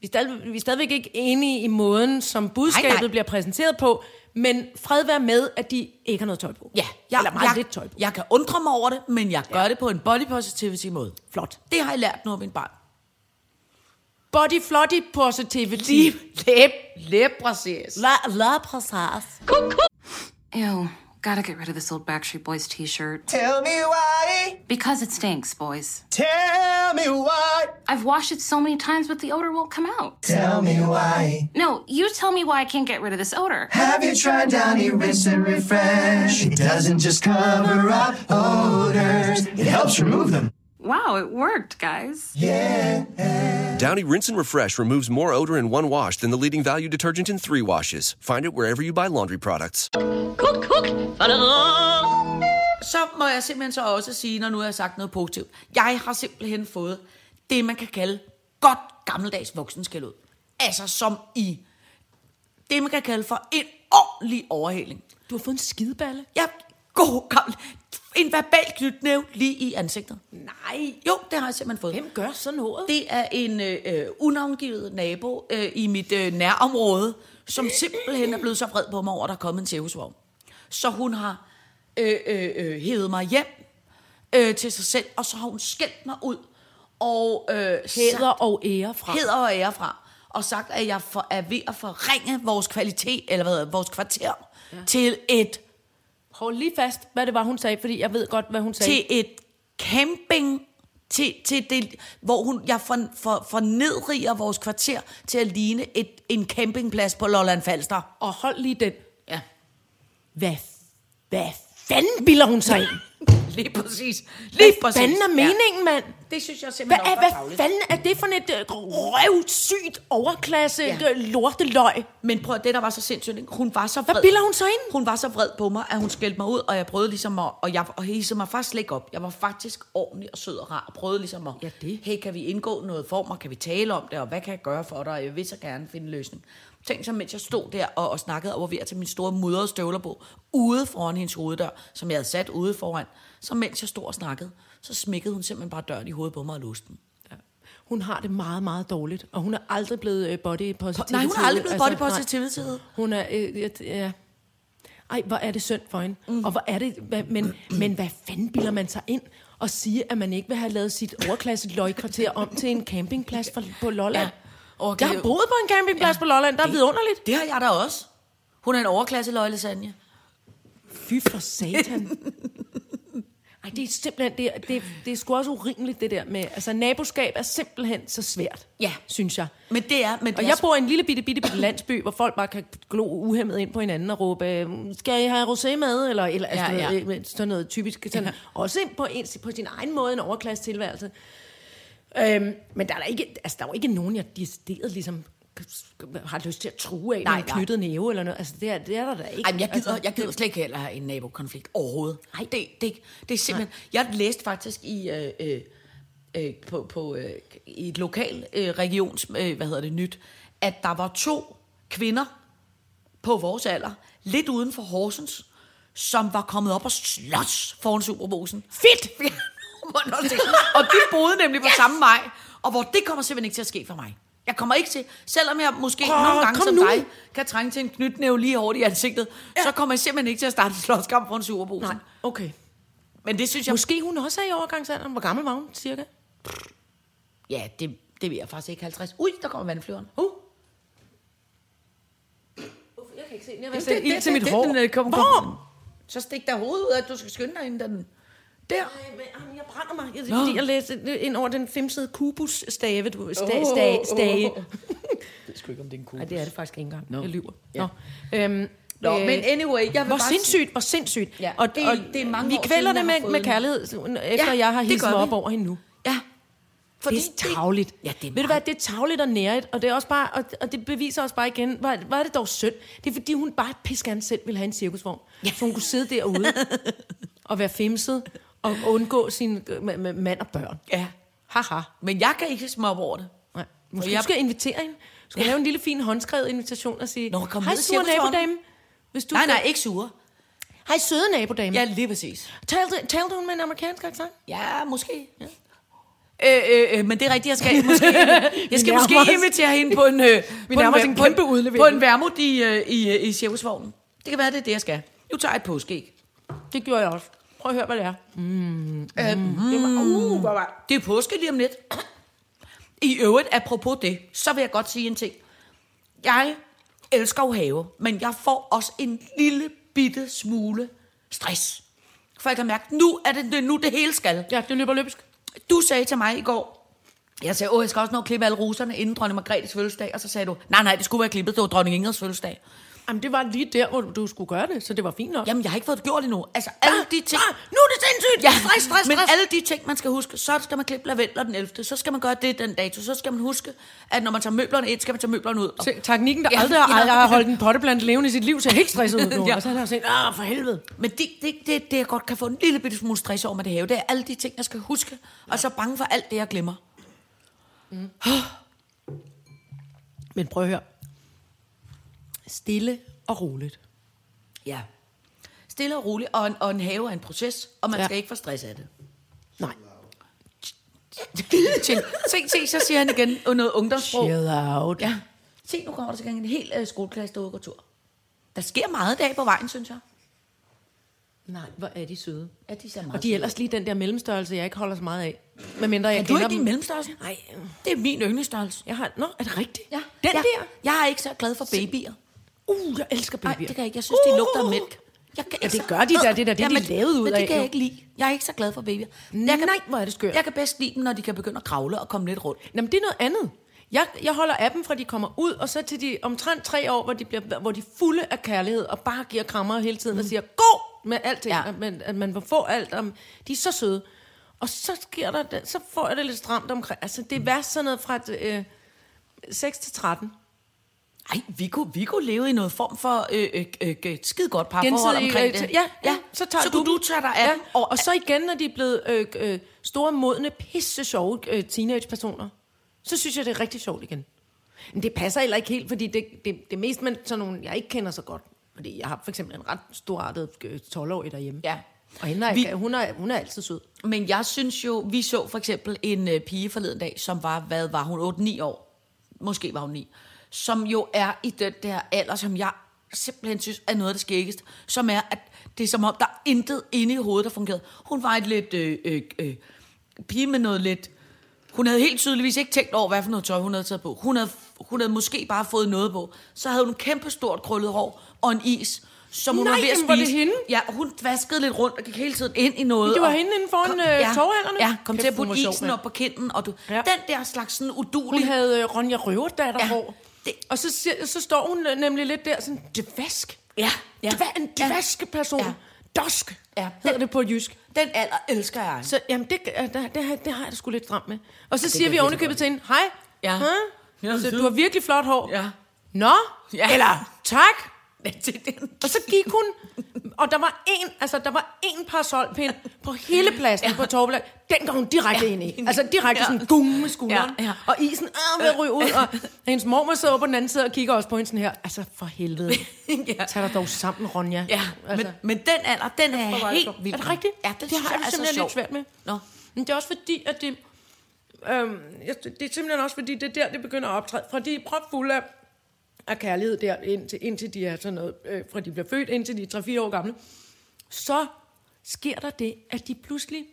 Speaker 4: vi er, stadig, vi er stadigvæk ikke enige i måden, som budskabet
Speaker 3: Nej, nej.
Speaker 4: bliver præsenteret på, men fred være med, at de ikke har noget tøj på.
Speaker 3: Ja,
Speaker 4: jeg, Eller meget
Speaker 3: jeg,
Speaker 4: lidt tøj på.
Speaker 3: Jeg kan undre mig over det, men jeg gør det på en body positivity måde.
Speaker 4: Flot.
Speaker 3: Det har jeg lært nu af min barn.
Speaker 4: Body flotty positivity.
Speaker 3: Lige læb, læb præcis.
Speaker 4: La, la præcis.
Speaker 5: Ew, gotta get rid of this old Backstreet Boys t shirt.
Speaker 6: Tell me why.
Speaker 5: Because it stinks, boys.
Speaker 6: Tell me why.
Speaker 5: I've washed it so many times, but the odor won't come out.
Speaker 6: Tell me why.
Speaker 5: No, you tell me why I can't get rid of this odor.
Speaker 6: Have you tried Downy Rinse and Refresh? It doesn't just cover up odors, it helps remove them.
Speaker 5: Wow, it worked, guys.
Speaker 6: Yeah.
Speaker 7: Downy Rinse and Refresh removes more odor in one wash than the leading value detergent in three washes. Find it wherever you buy laundry products.
Speaker 2: Kuk, kuk, falderong.
Speaker 3: så må jeg simpelthen så også sige, når nu har jeg sagt noget positivt. Jeg har simpelthen fået det, man kan kalde godt gammeldags voksenskæld ud. Altså som i det, man kan kalde for en ordentlig overhæling.
Speaker 4: Du har fået en skideballe.
Speaker 3: Ja, god gammel. En verbal knytnæve lige i ansigtet.
Speaker 4: Nej.
Speaker 3: Jo, det har jeg simpelthen fået.
Speaker 4: Hvem gør sådan noget?
Speaker 3: Det er en øh, øh, unavngivet nabo øh, i mit øh, nærområde, som simpelthen er blevet så vred på mig over, at der er kommet en tævesvogn. Så hun har øh, øh, øh, hævet mig hjem øh, til sig selv, og så har hun skældt mig ud. Og øh,
Speaker 4: Hæder
Speaker 3: sagt-
Speaker 4: og ære fra.
Speaker 3: Hæder og ære fra. Og sagt, at jeg for, er ved at forringe vores kvalitet, eller hvad hedder, det, vores kvarter, ja. til et
Speaker 4: Hold lige fast, hvad det var, hun sagde, fordi jeg ved godt, hvad hun sagde.
Speaker 3: til et camping, til, til det, hvor hun, jeg for, for, for nedriger vores kvarter til at ligne et, en campingplads på Lolland Falster.
Speaker 4: Og hold lige den.
Speaker 3: Ja,
Speaker 4: Hvad, hvad fanden bilder hun sig ind?
Speaker 3: lige præcis. Lige
Speaker 4: Hvad fanden er meningen, mand?
Speaker 3: Ja, det synes jeg
Speaker 4: Hvad,
Speaker 3: simpelthen
Speaker 4: er,
Speaker 3: også var
Speaker 4: hvad
Speaker 3: tarveligt.
Speaker 4: fanden er det for et øh, røvsygt overklasse
Speaker 3: Ja.
Speaker 4: ja. lorteløg?
Speaker 3: Men prøv at- det, der var så sindssygt, ikke? hun var så vred.
Speaker 4: Hvad bilder hun så ind?
Speaker 3: Hun var så vred på mig, at hun skældte mig ud, og jeg prøvede ligesom at, og jeg og hissede mig faktisk slet ikke op. Jeg var faktisk ordentlig og sød og rar, og prøvede ligesom at,
Speaker 4: Ja, det.
Speaker 3: hey, kan vi indgå noget form, og kan vi tale om det, og hvad kan jeg gøre for dig, og jeg vil så gerne finde en løsning. Tænk så, mens jeg stod der og, og snakkede over ved at tage mine store mudrede støvler på, ude foran hendes hoveddør, som jeg havde sat ude foran, så mens jeg stod og snakkede, så smækkede hun simpelthen bare døren i hovedet på mig og låste den.
Speaker 4: Hun har det meget, meget dårligt, og hun er aldrig blevet øh, body positivity.
Speaker 3: Nej, hun er aldrig blevet body
Speaker 4: nej.
Speaker 3: positivity.
Speaker 4: Hun er... Øh, øh, ja. Ej, hvor er det synd for hende. Mm. Og hvor er det... Hvad, men, men hvad fanden bilder man sig ind og sige, at man ikke vil have lavet sit overklasse løgkvarter om til en campingplads for, på
Speaker 3: Ja.
Speaker 4: Lolland? Ja.
Speaker 3: Og
Speaker 4: Okay. Jeg har
Speaker 3: det-
Speaker 4: boet på en campingplads ja. på Lolland, der er vidunderligt.
Speaker 3: Det har jeg da også. Hun er en overklasse løgle, Sanja.
Speaker 4: Fy for satan. Ej, det er simpelthen, det, er- det, det er sgu også urimeligt, det der med, altså naboskab er simpelthen så svært,
Speaker 3: Ja.
Speaker 4: synes jeg.
Speaker 3: Men det er... Men det
Speaker 4: Og
Speaker 3: er
Speaker 4: jeg bor i en lille bitte, bitte, bitte landsby, hvor folk bare kan glo uhemmet ind på hinanden og råbe, "Øh, skal I have rosé med? Eller, eller ja,
Speaker 3: Ja,
Speaker 4: altså,
Speaker 3: ja.
Speaker 4: ja. sådan noget typisk. Sådan, Også på, en, på sin egen måde en overklasse tilværelse. Øhm, men der er, da ikke, altså, der er jo ikke nogen, jeg decideret ligesom har lyst til at true af
Speaker 3: Nej,
Speaker 4: nej, en
Speaker 3: nej.
Speaker 4: knyttet næve eller noget. Altså, det er, det er der da ikke.
Speaker 3: Ej, men jeg gider,
Speaker 4: altså,
Speaker 3: jeg gider slet ikke heller have en nabokonflikt overhovedet. Nej, det, det, det er simpelthen... Jeg læste faktisk i, øh, øh, øh, på, på, øh, i et lokal øh, regions... Øh, hvad hedder det? Nyt. At der var to kvinder på vores alder, lidt uden for Horsens, som var kommet op og slås foran Superbosen. Fedt! og de boede nemlig på yes. samme vej, og hvor det kommer simpelthen ikke til at ske for mig. Jeg kommer ikke til, selvom jeg måske oh, nogle gange
Speaker 4: kom
Speaker 3: som
Speaker 4: nu.
Speaker 3: dig kan trænge til en knytnæve lige hårdt i ansigtet, ja. så kommer jeg simpelthen ikke til at starte en slåskamp foran Superbosen.
Speaker 4: Nej, okay.
Speaker 3: Men det synes jeg,
Speaker 4: Måske hun også er i overgangsalderen. Hvor gammel var hun, cirka?
Speaker 3: ja, det, det ved jeg faktisk ikke. 50. Ui, der kommer vandflyveren. Uh.
Speaker 4: Jeg kan ikke se den. Jeg
Speaker 3: Det,
Speaker 4: det, det, det, mit
Speaker 3: det,
Speaker 4: hår.
Speaker 3: Den, øh, kom, kom.
Speaker 4: Hvor?
Speaker 3: Så stik der hovedet ud af, at du skal skynde dig inden den... Der.
Speaker 4: Ej, men, ej, men jeg brænder mig. Jeg, det er, fordi jeg læste ind over den femsede kubusstave. Du, sta, sta, stage. Oh,
Speaker 3: Jeg ved ikke, om det er en kugle.
Speaker 4: Nej, det er det faktisk ikke engang. No. Jeg lyver. Nå. Øhm,
Speaker 3: Nå,
Speaker 4: øh,
Speaker 3: men anyway, jeg vil
Speaker 4: hvor
Speaker 3: bare
Speaker 4: sindssygt, hvor sindssygt.
Speaker 3: Ja,
Speaker 4: og,
Speaker 3: det-
Speaker 4: og,
Speaker 3: det er mange
Speaker 4: vi
Speaker 3: år
Speaker 4: kvæler
Speaker 3: siden,
Speaker 4: det
Speaker 3: jeg har
Speaker 4: med,
Speaker 3: fået
Speaker 4: med
Speaker 3: den.
Speaker 4: kærlighed, sådan, efter
Speaker 3: Ja,
Speaker 4: jeg har
Speaker 3: det
Speaker 4: hisset
Speaker 3: gør
Speaker 4: mig
Speaker 3: vi.
Speaker 4: op over hende nu.
Speaker 3: Ja. Fordi
Speaker 4: Det er tavligt.
Speaker 3: Ja, det er
Speaker 4: Ved du hvad, det er tavligt og næret, og det, er også bare, og, og det beviser også bare igen, hvor, hvor er det dog synd. Det er fordi, hun bare piskeren selv ville have en cirkusvogn. Ja. Så hun kunne sidde derude og være femset og undgå sin øh, ma- ma- mand og børn.
Speaker 3: Ja.
Speaker 4: Haha.
Speaker 3: Men jeg kan ikke smoppe over det.
Speaker 4: Nej. Måske
Speaker 3: jeg-
Speaker 4: jeg... du skal invitere hende. Du skal ja. lave en lille fin håndskrevet invitation og sige,
Speaker 3: Nå, kom
Speaker 4: hej
Speaker 3: ned og
Speaker 4: sure
Speaker 3: cirkusvogn."
Speaker 4: nabodame. Hvis du
Speaker 3: Nej, nej, ikke sure.
Speaker 4: Hej søde nabodame.
Speaker 3: Ja,
Speaker 4: Ja.
Speaker 3: lige præcis.
Speaker 4: Talte, talte hun med en amerikansk accent?
Speaker 3: Ja, måske. Ja. Øh, øh, øh, men det er rigtigt, jeg skal måske, jeg skal
Speaker 4: nærmer
Speaker 3: måske
Speaker 4: os-
Speaker 3: invitere hende på en, øh, på,
Speaker 4: nærmer os
Speaker 3: ver-
Speaker 4: en
Speaker 3: på
Speaker 4: kæmpe
Speaker 3: på
Speaker 4: udlevering.
Speaker 3: en vermut i, øh, i, øh, i cirkusvognen. Det kan være, det er det, jeg skal. Nu tager jeg et påskeæg.
Speaker 4: Det gjorde jeg også. Prøv at høre, hvad det er.
Speaker 3: Det er påske lige om lidt. I øvrigt, apropos det, så vil jeg godt sige en ting. Jeg elsker jo have, men jeg får også en lille bitte smule stress. For jeg kan mærke, nu er det, det er nu det hele skal.
Speaker 4: Ja, det løber løbsk.
Speaker 3: Du sagde til mig i går, jeg sagde, åh, jeg skal også nå at klippe alle roserne inden dronning Margrethes fødselsdag. Og så sagde du, nej, nej, det skulle være klippet, det var dronning Ingrids fødselsdag.
Speaker 4: Jamen, det var lige der, hvor du skulle gøre det, så det var fint nok.
Speaker 3: Jamen, jeg har ikke fået det gjort endnu. Altså, alle de ting...
Speaker 4: ah, nu er det sindssygt!
Speaker 3: Ja,
Speaker 4: Stress, stress,
Speaker 3: men
Speaker 4: stress.
Speaker 3: alle de ting, man skal huske. Så skal man klippe lavendler den 11. Så skal man gøre det den dato. Så skal man huske, at når man tager møblerne ind, skal man tage møblerne ud.
Speaker 4: Se, teknikken, der
Speaker 3: Ja,
Speaker 4: ja, aldrig har,
Speaker 3: ja.
Speaker 4: aldrig har holdt en potteplante levende i sit liv, ser helt stresset ud nu.
Speaker 3: Ja.
Speaker 4: ja. Og så har han sagt, ah, for helvede.
Speaker 3: Men det, det, det, det, jeg godt kan få en lille bitte smule stress over med det have, det er alle de ting, jeg skal huske. Og så bange for alt det, jeg glemmer.
Speaker 4: Men prøv at høre. Stille og roligt.
Speaker 3: Ja. Stille og roligt. Og en, og en have er en proces, og man ja.
Speaker 4: Ja.
Speaker 3: skal ikke få stress af det.
Speaker 4: Nej.
Speaker 3: Chill. Se, se, så siger han igen noget ungdomssprog.
Speaker 4: Chill out. Ja.
Speaker 3: Se, nu kommer der til gang en hel øh, skoleklasse, der er ude og går tur. Der sker meget i dag på vejen, synes jeg.
Speaker 4: Nej, hvor er de søde.
Speaker 3: Ja, de ser meget
Speaker 4: Og de er ellers lige den der mellemstørrelse, jeg ikke holder så meget af. Med mindre jeg
Speaker 3: Er du
Speaker 4: kender
Speaker 3: ikke din
Speaker 4: dem.
Speaker 3: mellemstørrelse?
Speaker 4: Nej,
Speaker 3: Det er min yndlingsstørrelse.
Speaker 4: jeg har... Nå, er det rigtigt?
Speaker 3: Ja.
Speaker 4: Den
Speaker 3: jeg,
Speaker 4: der?
Speaker 3: Jeg er ikke så glad for babyer.
Speaker 4: Uh, jeg elsker
Speaker 3: Nej,
Speaker 4: babyer.
Speaker 3: det kan jeg ikke. Jeg synes, de lugter af mælk. Jeg kan
Speaker 4: Ja,
Speaker 3: ikke
Speaker 4: det
Speaker 3: så-
Speaker 4: gør de da. Det er da det, de er
Speaker 3: men-
Speaker 4: lavet ud
Speaker 3: Men det
Speaker 4: af,
Speaker 3: kan jeg
Speaker 4: jo.
Speaker 3: ikke lide. Jeg er ikke så glad for babyer.
Speaker 4: Nej,
Speaker 3: Jeg kan,
Speaker 4: hvor er det skørt.
Speaker 3: jeg kan bedst lide dem, når de kan begynde at kravle og komme lidt rundt.
Speaker 4: Nå, men det er noget andet. Jeg, jeg holder af dem, fra de kommer ud, og så til de omtrent tre år, hvor de, bliver, hvor de er fulde af kærlighed, og bare giver krammer hele tiden, og siger, gå med alting,
Speaker 3: Ja.
Speaker 4: ja. men, at man må få alt, og de er så søde. Og så sker der, det- så får jeg det lidt stramt omkring. Altså, det er værst sådan noget fra øh, 6 til 13.
Speaker 3: Ej, vi kunne, vi kunne leve i noget form for øh, øh, øh, øh, skide godt parforhold
Speaker 4: Gensidig,
Speaker 3: omkring
Speaker 4: øh,
Speaker 3: det.
Speaker 4: t- ja, ja.
Speaker 3: Så,
Speaker 4: Så
Speaker 3: tager
Speaker 4: tager
Speaker 3: så kunne
Speaker 4: du
Speaker 3: du
Speaker 4: dem.
Speaker 3: tage dig af
Speaker 4: Ja,
Speaker 3: dem.
Speaker 4: og, og så igen, når de er blevet øh, øh, store, modne, pisse sjove øh, teenagepersoner, så synes jeg, det er rigtig sjovt igen. Men det passer heller ikke helt, fordi det, det, det er mest med sådan nogle, jeg ikke kender så godt. Fordi jeg har for eksempel en ret storartet øh, 12-årig derhjemme.
Speaker 3: Ja.
Speaker 4: Og hende er,
Speaker 3: Vi-
Speaker 4: Vi... hun, er, hun er altid sød.
Speaker 3: Men jeg synes jo, vi så for eksempel en øh, pige forleden dag, som var, hvad var hun, 8-9 år? Måske var hun 9. Som jo er i den der alder, som jeg simpelthen synes er noget af det skæggeste. Som er, at det er som om, der er intet inde i hovedet, der fungerede. Hun var et lidt øh, øh, øh, pige med noget lidt... Hun havde helt tydeligvis ikke tænkt over, hvad for noget tøj hun havde taget på. Hun havde, hun havde måske bare fået noget på. Så havde hun kæmpe stort krøllet hår og en is, som hun
Speaker 4: Nej,
Speaker 3: var ved at
Speaker 4: jamen,
Speaker 3: spise.
Speaker 4: var det hende?
Speaker 3: Ja, og hun vaskede lidt rundt og gik hele tiden ind i noget.
Speaker 4: Det var
Speaker 3: og-
Speaker 4: hende inde foran,
Speaker 3: Kom-
Speaker 4: øh, tovhallerne?
Speaker 3: Ja, kom
Speaker 4: Kæft,
Speaker 3: til at
Speaker 4: hun
Speaker 3: putte
Speaker 4: var sjov,
Speaker 3: isen
Speaker 4: mand.
Speaker 3: op på kinden. Og du,
Speaker 4: Ja.
Speaker 3: ja. den der slags sådan udulig...
Speaker 4: Hun havde øh, Ronja Røverdatter ja, hår.
Speaker 3: det-
Speaker 4: Og så, siger, så står hun øh, nemlig lidt der sådan, dvask.
Speaker 3: Ja, ja.
Speaker 4: Dva, en
Speaker 3: Ja.
Speaker 4: dvaskeperson. Ja.
Speaker 3: Ja.
Speaker 4: Dosk,
Speaker 3: Ja.
Speaker 4: hedder det på jysk.
Speaker 3: Den alder elsker jeg.
Speaker 4: Så jamen, det, øh, det, det, har- det har jeg da sgu lidt stramt med. Og så siger vi ovenikøbet til hende, hej,
Speaker 3: Ja.
Speaker 4: Huh?
Speaker 3: Ja,
Speaker 4: Så
Speaker 3: så-
Speaker 4: du har virkelig flot hår.
Speaker 3: Ja.
Speaker 4: Nå,
Speaker 3: Ja.
Speaker 4: eller tak. Og
Speaker 3: Og
Speaker 4: så gik hun, og der var en, altså der var en parasolpind på hele pladsen ja. på Torbelag. Den går hun direkte ja.
Speaker 3: Ja.
Speaker 4: ind i. Altså direkte
Speaker 3: Ja.
Speaker 4: ja. sådan gung med skulderen. Ja.
Speaker 3: Ja,
Speaker 4: Ja.
Speaker 3: ja.
Speaker 4: Og isen er ved at ryge ud, og hendes mormor sidder på den anden side og kigger også på hende sådan her. Altså for helvede.
Speaker 3: Ja.
Speaker 4: Tag dig dog sammen, Ronja.
Speaker 3: Ja,
Speaker 4: altså.
Speaker 3: men, men den alder, den er
Speaker 4: Hvor var det
Speaker 3: helt
Speaker 4: sjovt.
Speaker 3: vild.
Speaker 4: Er det rigtigt?
Speaker 3: Ja, den
Speaker 4: det
Speaker 3: synes
Speaker 4: har
Speaker 3: jeg altså
Speaker 4: jeg
Speaker 3: er så
Speaker 4: simpelthen
Speaker 3: sjov.
Speaker 4: lidt svært med.
Speaker 3: Nå.
Speaker 4: Men det er også fordi, at det... Øhm, jeg- det er simpelthen også fordi, det er der, det begynder at optræde. Fra de er propfulde af, af kærlighed der, indtil, indtil de er sådan noget, øh, fra de bliver født, indtil de er 3-4 år gamle. Så sker der det, at de pludselig...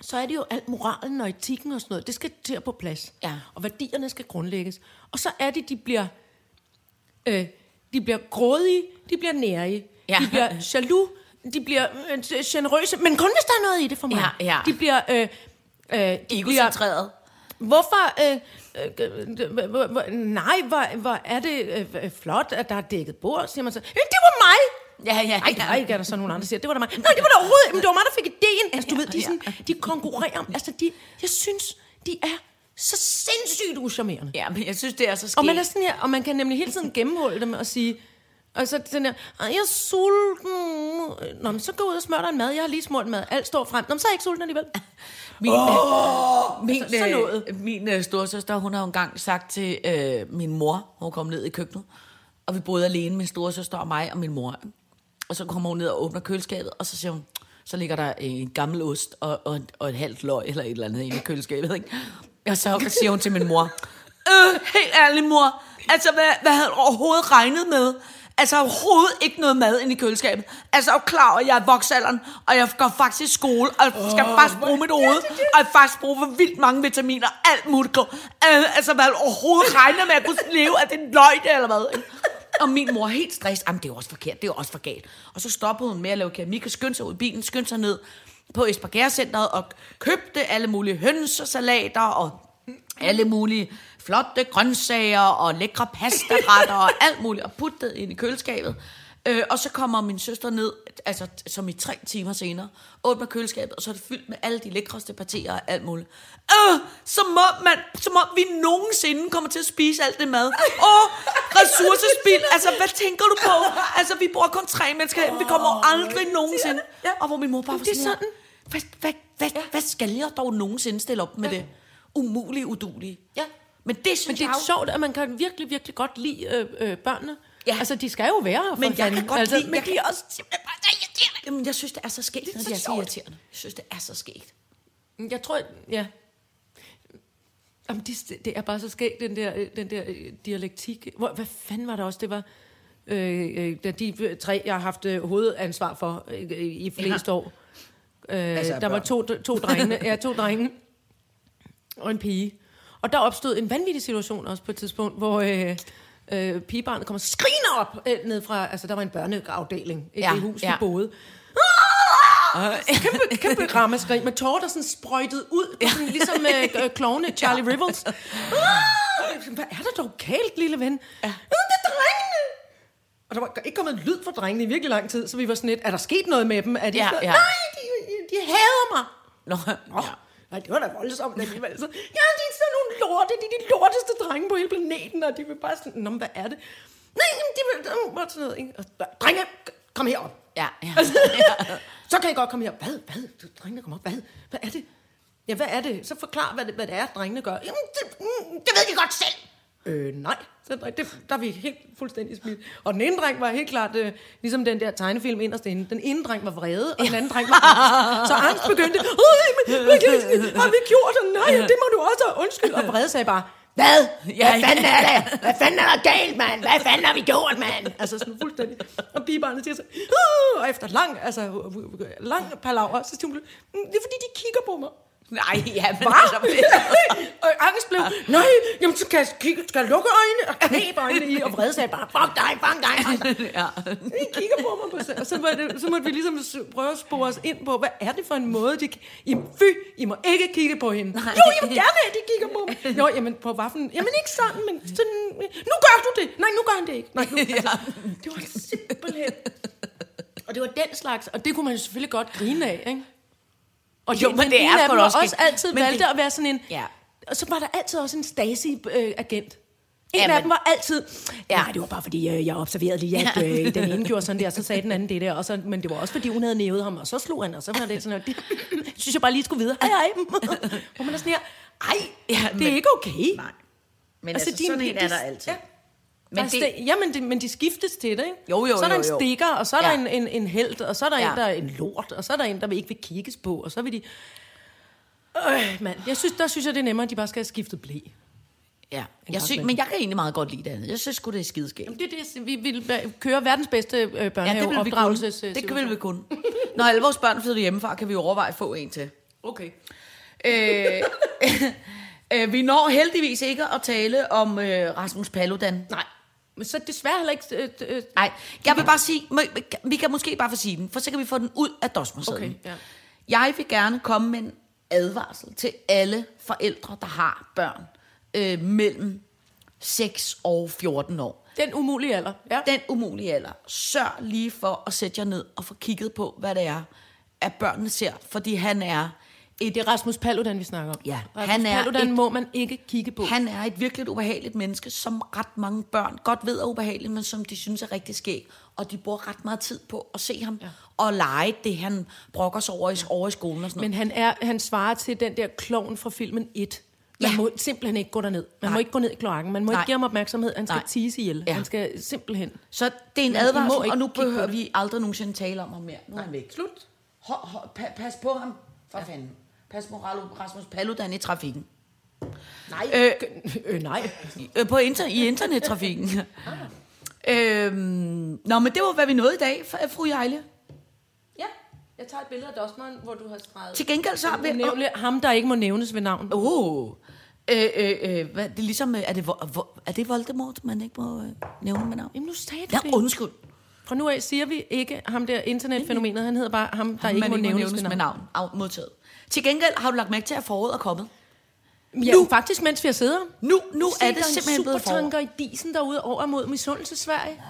Speaker 4: Så er det jo alt moralen og etikken og sådan noget. Det skal til at på plads.
Speaker 3: Ja.
Speaker 4: Og værdierne skal grundlægges. Og så er det, de bliver... Øh, de bliver grådige, de bliver nærige, ja.
Speaker 3: Ja.
Speaker 4: de bliver jaloux, de bliver øh, generøse, men kun hvis der er noget i det for mig.
Speaker 3: Ja, ja.
Speaker 4: De bliver... Øh, øh, de bliver
Speaker 3: Egocentreret.
Speaker 4: hvorfor... Øh, øh, øh, hvor- hvor- nej, hvor, hvor er det øh, øh, flot, at der er dækket bord, siger man så. Øh, det var mig!
Speaker 3: Ja, ja,
Speaker 4: Ej,
Speaker 3: ja.
Speaker 4: nej, ikke er der så nogen andre, der siger, det var da mig. Nej, det var da overhovedet, men det var mig, der fik idéen. Altså, du ved, de, er sådan, de konkurrerer om, altså, de, jeg synes, de er så sindssygt uschammerende.
Speaker 3: Ja, men jeg synes, det er så skidt.
Speaker 4: Og man, er sådan her, og man kan nemlig hele tiden gennemhulde dem og sige, og så den her, "Ej, jeg er sulten. Nå, men så gå ud og smør dig en mad. Jeg har lige smurt en mad. Alt står frem. Nå, men så er jeg ikke sulten alligevel.
Speaker 3: Min, oh, min,
Speaker 4: Altså, sådan noget.
Speaker 3: øh, min øh, storsøster, hun har jo engang sagt til øh, min mor, hun kom ned i køkkenet, og vi boede alene, min storsøster og mig og min mor. Og så kommer hun ned og åbner køleskabet, og så siger hun, så ligger der en gammel ost og, og, og et halvt løg eller et eller andet inde i køleskabet. Ikke? Og så siger hun til min mor, øh, helt ærlig mor, altså hvad, hvad havde du overhovedet regnet med? Altså overhovedet ikke noget mad ind i køleskabet. Altså jeg er jo klar over, at jeg er i voksalderen, og jeg går faktisk i skole, og jeg skal faktisk bruge mit hoved, og jeg faktisk bruge for vildt mange vitaminer, alt muligt. Øh, altså hvad havde du overhovedet regnet med, at jeg kunne leve af den løg der, eller hvad? ikke? Og min mor er helt stress. Jamen, det er jo også forkert, det er jo også forkert. Og så stoppede hun med at lave keramik og skyndte sig ud i bilen, skyndte sig ned på Espargercenteret og købte alle mulige hønsesalater og alle mulige flotte grøntsager og lækre pastaretter og alt muligt, og puttede ind i køleskabet. Øh, og så kommer min søster ned, altså t- som i tre timer senere, åbner køleskabet, og så er det fyldt med alle de lækreste partier og alt muligt. Øh, som om, man, som om vi nogensinde kommer til at spise alt det mad. Åh, ressourcespil. Altså, hvad tænker du på? Altså, vi bor kun tre mennesker her, vi kommer aldrig nogensinde. Og hvor min mor bare var
Speaker 4: det er
Speaker 3: sådan, her,
Speaker 4: sådan.
Speaker 3: Hvad, hvad, hvad, hvad skal jeg dog nogensinde stille op med det? Umulige, udulige.
Speaker 4: Ja.
Speaker 3: Men det synes
Speaker 4: Men det er
Speaker 3: jeg jo-
Speaker 4: sjovt, at man kan virkelig, virkelig godt lide øh, øh, børnene. Ja.
Speaker 3: Ja.
Speaker 4: Altså, de skal jo være her, for
Speaker 3: Men jeg
Speaker 4: fanden.
Speaker 3: kan godt
Speaker 4: altså,
Speaker 3: altså, lide,
Speaker 4: men
Speaker 3: jeg
Speaker 4: de
Speaker 3: kan
Speaker 4: er
Speaker 3: også simpelthen bare, det er irriterende. Jamen, jeg synes, det er så skægt, når
Speaker 4: så
Speaker 3: det er så
Speaker 4: sjovt.
Speaker 3: irriterende. Jeg synes, det er så skægt.
Speaker 4: også... Jeg tror, ja. Jamen, de, det er bare så skægt, den der, øh, den der øh, dialektik. Hvor, hvad fanden var det også? Det var, øh, øh, da de øh, tre, jeg har haft øh, hovedansvar for øh, øh, i flest ja. år. Øh, altså, der var to, to drenge, ja, to drenge og en pige. Og der opstod en vanvittig situation også på et tidspunkt, hvor øh, øh, pigebarnet kommer skrigende op øh, ned fra, altså der var en børneafdeling i ja,
Speaker 3: Ja,
Speaker 4: det hus, ja. vi
Speaker 3: ja.
Speaker 4: boede. Ah! Kæmpe, kæmpe ramaskrig med tårer, der sådan sprøjtede ud, ja. sådan, ligesom øh, øh, klovne Charlie ja. Rivers. Ah! Hvad er der dog galt, lille ven? Ja. Det er drengene! Og der var ikke kommet lyd fra drengene i virkelig lang tid, så vi var sådan lidt, er der sket noget med dem? Er de
Speaker 3: Ja,
Speaker 4: sådan,
Speaker 3: ja.
Speaker 4: Nej, de, de hader mig.
Speaker 3: Nå,
Speaker 4: Nå, nej, det var da voldsomt alligevel. Så, ja, de er sådan nogle lorte, de er de lorteste drenge på hele planeten, og de vil bare sådan, nå, men hvad er det? Nej, men de vil, øh, og sådan noget, ikke? Og, drenge, kom herop.
Speaker 3: Ja, ja.
Speaker 4: Altså, så kan I godt komme herop. Hvad, hvad, du, drengene kommer op, hvad, hvad er det? Ja, hvad er det? Så forklar, hvad det, hvad det er, drengene gør. Jamen, det, mm, det ved de godt selv. Øh, nej. Så, nej, det, der er vi helt fuldstændig smidt. Og den ene dreng var helt klart, øh, ligesom den der tegnefilm inderst inde. Den ene dreng var vrede, og den anden dreng var angst. Så angst begyndte, Øj, men, men, men, har vi gjort? Og nej, det må du også undskylde. Og vrede sagde bare, hvad? Ja, hvad fanden er det? Hvad fanden er der galt, mand? Hvad fanden har vi gjort, mand? Altså sådan fuldstændig. Og pigebarnet siger så, øh, "Uh," og efter lang, altså, lang palaver, så siger hun, "Mm, det er fordi, de kigger på mig.
Speaker 3: Nej, ja, men altså, det-
Speaker 4: Og angst blev, nej, jamen så kan jeg, kigge, skal jeg lukke øjnene og knæbe øjnene i og vrede sig bare, fuck dig, fuck dig, fuck dig.
Speaker 3: ja.
Speaker 4: De kigger på mig på sæt, og så, var det, så måtte vi ligesom s- prøve at spore os ind på, hvad er det for en måde, de... k- Jamen fy, I må ikke kigge på hende. Nej. Jo, jeg vil gerne have, at de kigger på mig. Nå, jamen på vaffen. Jamen ikke sådan, men sådan... Nu gør du det. Nej, nu gør han det ikke. Nej, nu, altså, Det var simpelthen... Og det var den slags, og det kunne man jo selvfølgelig godt grine af, ikke? Og
Speaker 3: Jo,
Speaker 4: det-
Speaker 3: men det
Speaker 4: en
Speaker 3: er
Speaker 4: af
Speaker 3: for
Speaker 4: dem
Speaker 3: også-
Speaker 4: også altid
Speaker 3: men
Speaker 4: valgte
Speaker 3: det-
Speaker 4: at være sådan en...
Speaker 3: Ja.
Speaker 4: Og så var der altid også en Stasi-agent. En
Speaker 3: Jamen.
Speaker 4: af dem var altid... Ja, det var bare fordi, øh, jeg observerede lige, at øh, den ene gjorde sådan der, så sagde den anden det der. Og så, men det var også fordi, hun havde nævet ham, og så slog han, og så var det sådan noget. Det synes jeg bare lige skulle vide. Hej, hej. Hvor man er sådan her, ej, ja, det er
Speaker 3: men-
Speaker 4: ikke okay.
Speaker 3: Nej. Men altså, altså sådan en er der altid.
Speaker 4: Ja.
Speaker 3: Men
Speaker 4: Men altså, det, ja, men, det, men de skiftes til det, ikke?
Speaker 3: Jo, jo,
Speaker 4: så er der
Speaker 3: jo, jo.
Speaker 4: en stikker, og så er der
Speaker 3: Ja.
Speaker 4: en, en, en held, og så er der
Speaker 3: Ja.
Speaker 4: en, der er en lort, og så er der en, der ikke vil kigges på, og så vil de... Øh, mand. Jeg synes, der synes jeg, det er nemmere, at de bare skal have skiftet blæ.
Speaker 3: Ja, jeg synes, men jeg kan egentlig meget godt lide det andet. Jeg synes sgu, det er skideskægt.
Speaker 4: Det er det, vi vil køre verdens bedste øh,
Speaker 3: Ja, det vil vi kunne.
Speaker 4: børnehaveopdragelses... øh,
Speaker 3: Det vil
Speaker 4: situation.
Speaker 3: vi kunne. Når alle vores børn flytter hjemmefra, kan vi jo overveje at få en til.
Speaker 4: Okay.
Speaker 3: Øh, øh, vi når heldigvis ikke at tale om øh, Rasmus Paludan.
Speaker 4: Nej. Men så desværre heller ikke... Øh, øh,
Speaker 3: Nej, jeg vil bare sige, må- vi kan måske bare få sige den, for så kan vi få den ud af dosmersedlen.
Speaker 4: Okay, ja.
Speaker 3: Jeg vil gerne komme med en advarsel til alle forældre, der har børn øh, mellem 6 og 14 år.
Speaker 4: den umulige alder. Ja.
Speaker 3: den umulige alder, sørg lige for at sætte jer ned og få kigget på, hvad det er, at børnene ser. Fordi han er et,
Speaker 4: Det er Rasmus Paludan, vi snakker om.
Speaker 3: Ja,
Speaker 4: Rasmus
Speaker 3: han er
Speaker 4: Paludan
Speaker 3: et-
Speaker 4: må man ikke kigge på.
Speaker 3: han er et virkelig ubehageligt menneske, som ret mange børn godt ved er ubehageligt, men som de synes er rigtig skæg. Og de bruger ret meget tid på at se ham ja. og lege det, han brokker sig over i, over i skolen og sådan noget.
Speaker 4: Men han, er, han svarer til den der klovn fra filmen 1.
Speaker 3: Ja.
Speaker 4: Man ja. må simpelthen ikke gå derned. Man Nej. må ikke gå ned i kloakken. Man må
Speaker 3: Nej.
Speaker 4: ikke give ham opmærksomhed. Han skal
Speaker 3: Nej.
Speaker 4: Nej. tisse ihjel.
Speaker 3: Ja.
Speaker 4: Ja. Han skal simpelthen...
Speaker 3: Så det er en
Speaker 4: Men I må
Speaker 3: advarsel,
Speaker 4: ikke
Speaker 3: og nu
Speaker 4: kigge på
Speaker 3: behøver
Speaker 4: det.
Speaker 3: vi aldrig nogensinde tale om ham mere. Nu er han væk. Slut. Ho, ho, pa, pas på ham, for ja. fanden. Pas på Ralo- Rasmus Paludan i trafikken. Nej. Øh,
Speaker 4: Øh, nej. Ah.
Speaker 3: Øh, på inter- i internettrafikken. øhm, nå, men det var, hvad vi nåede i dag, f- øh, fru Jejle.
Speaker 4: Ja, jeg tager et billede af Dosmeren, hvor du har skrevet...
Speaker 3: Til gengæld så har vi... Åh,
Speaker 4: Nævle, ham, der ikke må nævnes ved navn.
Speaker 3: oh, øh, øh, øh, hvad, det er ligesom... øh, Er det, vo- vo- er det Voldemort, man ikke må øh, nævne med navn?
Speaker 4: Jamen, nu sagde du
Speaker 3: Ja,
Speaker 4: det.
Speaker 3: undskyld.
Speaker 4: Fra nu af siger vi ikke ham der internetfænomenet. Han hedder bare ham, der
Speaker 3: Man
Speaker 4: ikke må nævnes ved navn.
Speaker 3: navn. Af, modtaget. Til gengæld har du lagt mærke til, at foråret er kommet.
Speaker 4: Ja,
Speaker 3: Nu.
Speaker 4: faktisk, mens vi har siddet.
Speaker 3: Nu, nu
Speaker 4: Se,
Speaker 3: er det
Speaker 4: der en
Speaker 3: simpelthen blevet forår.
Speaker 4: supertanker i disen derude over mod misundelse Sverige.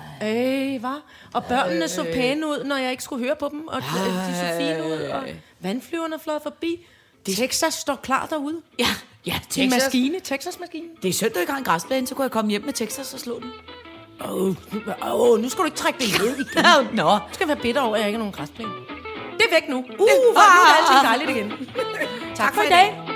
Speaker 4: Øh, hva? Og børnene så pæne ud, når jeg ikke skulle høre på dem. Og øh, de så fine ud, og vandflyverne fløj forbi. Texas står klar derude.
Speaker 3: Ja, ja
Speaker 4: En
Speaker 3: Texas.
Speaker 4: maskine, Texas-maskine.
Speaker 3: Det er sødt, du ikke har en græsplæne, så kunne jeg komme hjem med Texas og slå den.
Speaker 4: Åh, oh, nu skal du ikke trække det ned igen.
Speaker 3: Ja, nå.
Speaker 4: Du skal være bitter over, at Ah. jeg ikke har nogen græsplæne. Det er væk nu. Uh, hvor er det altid dejligt igen. tak for i dag.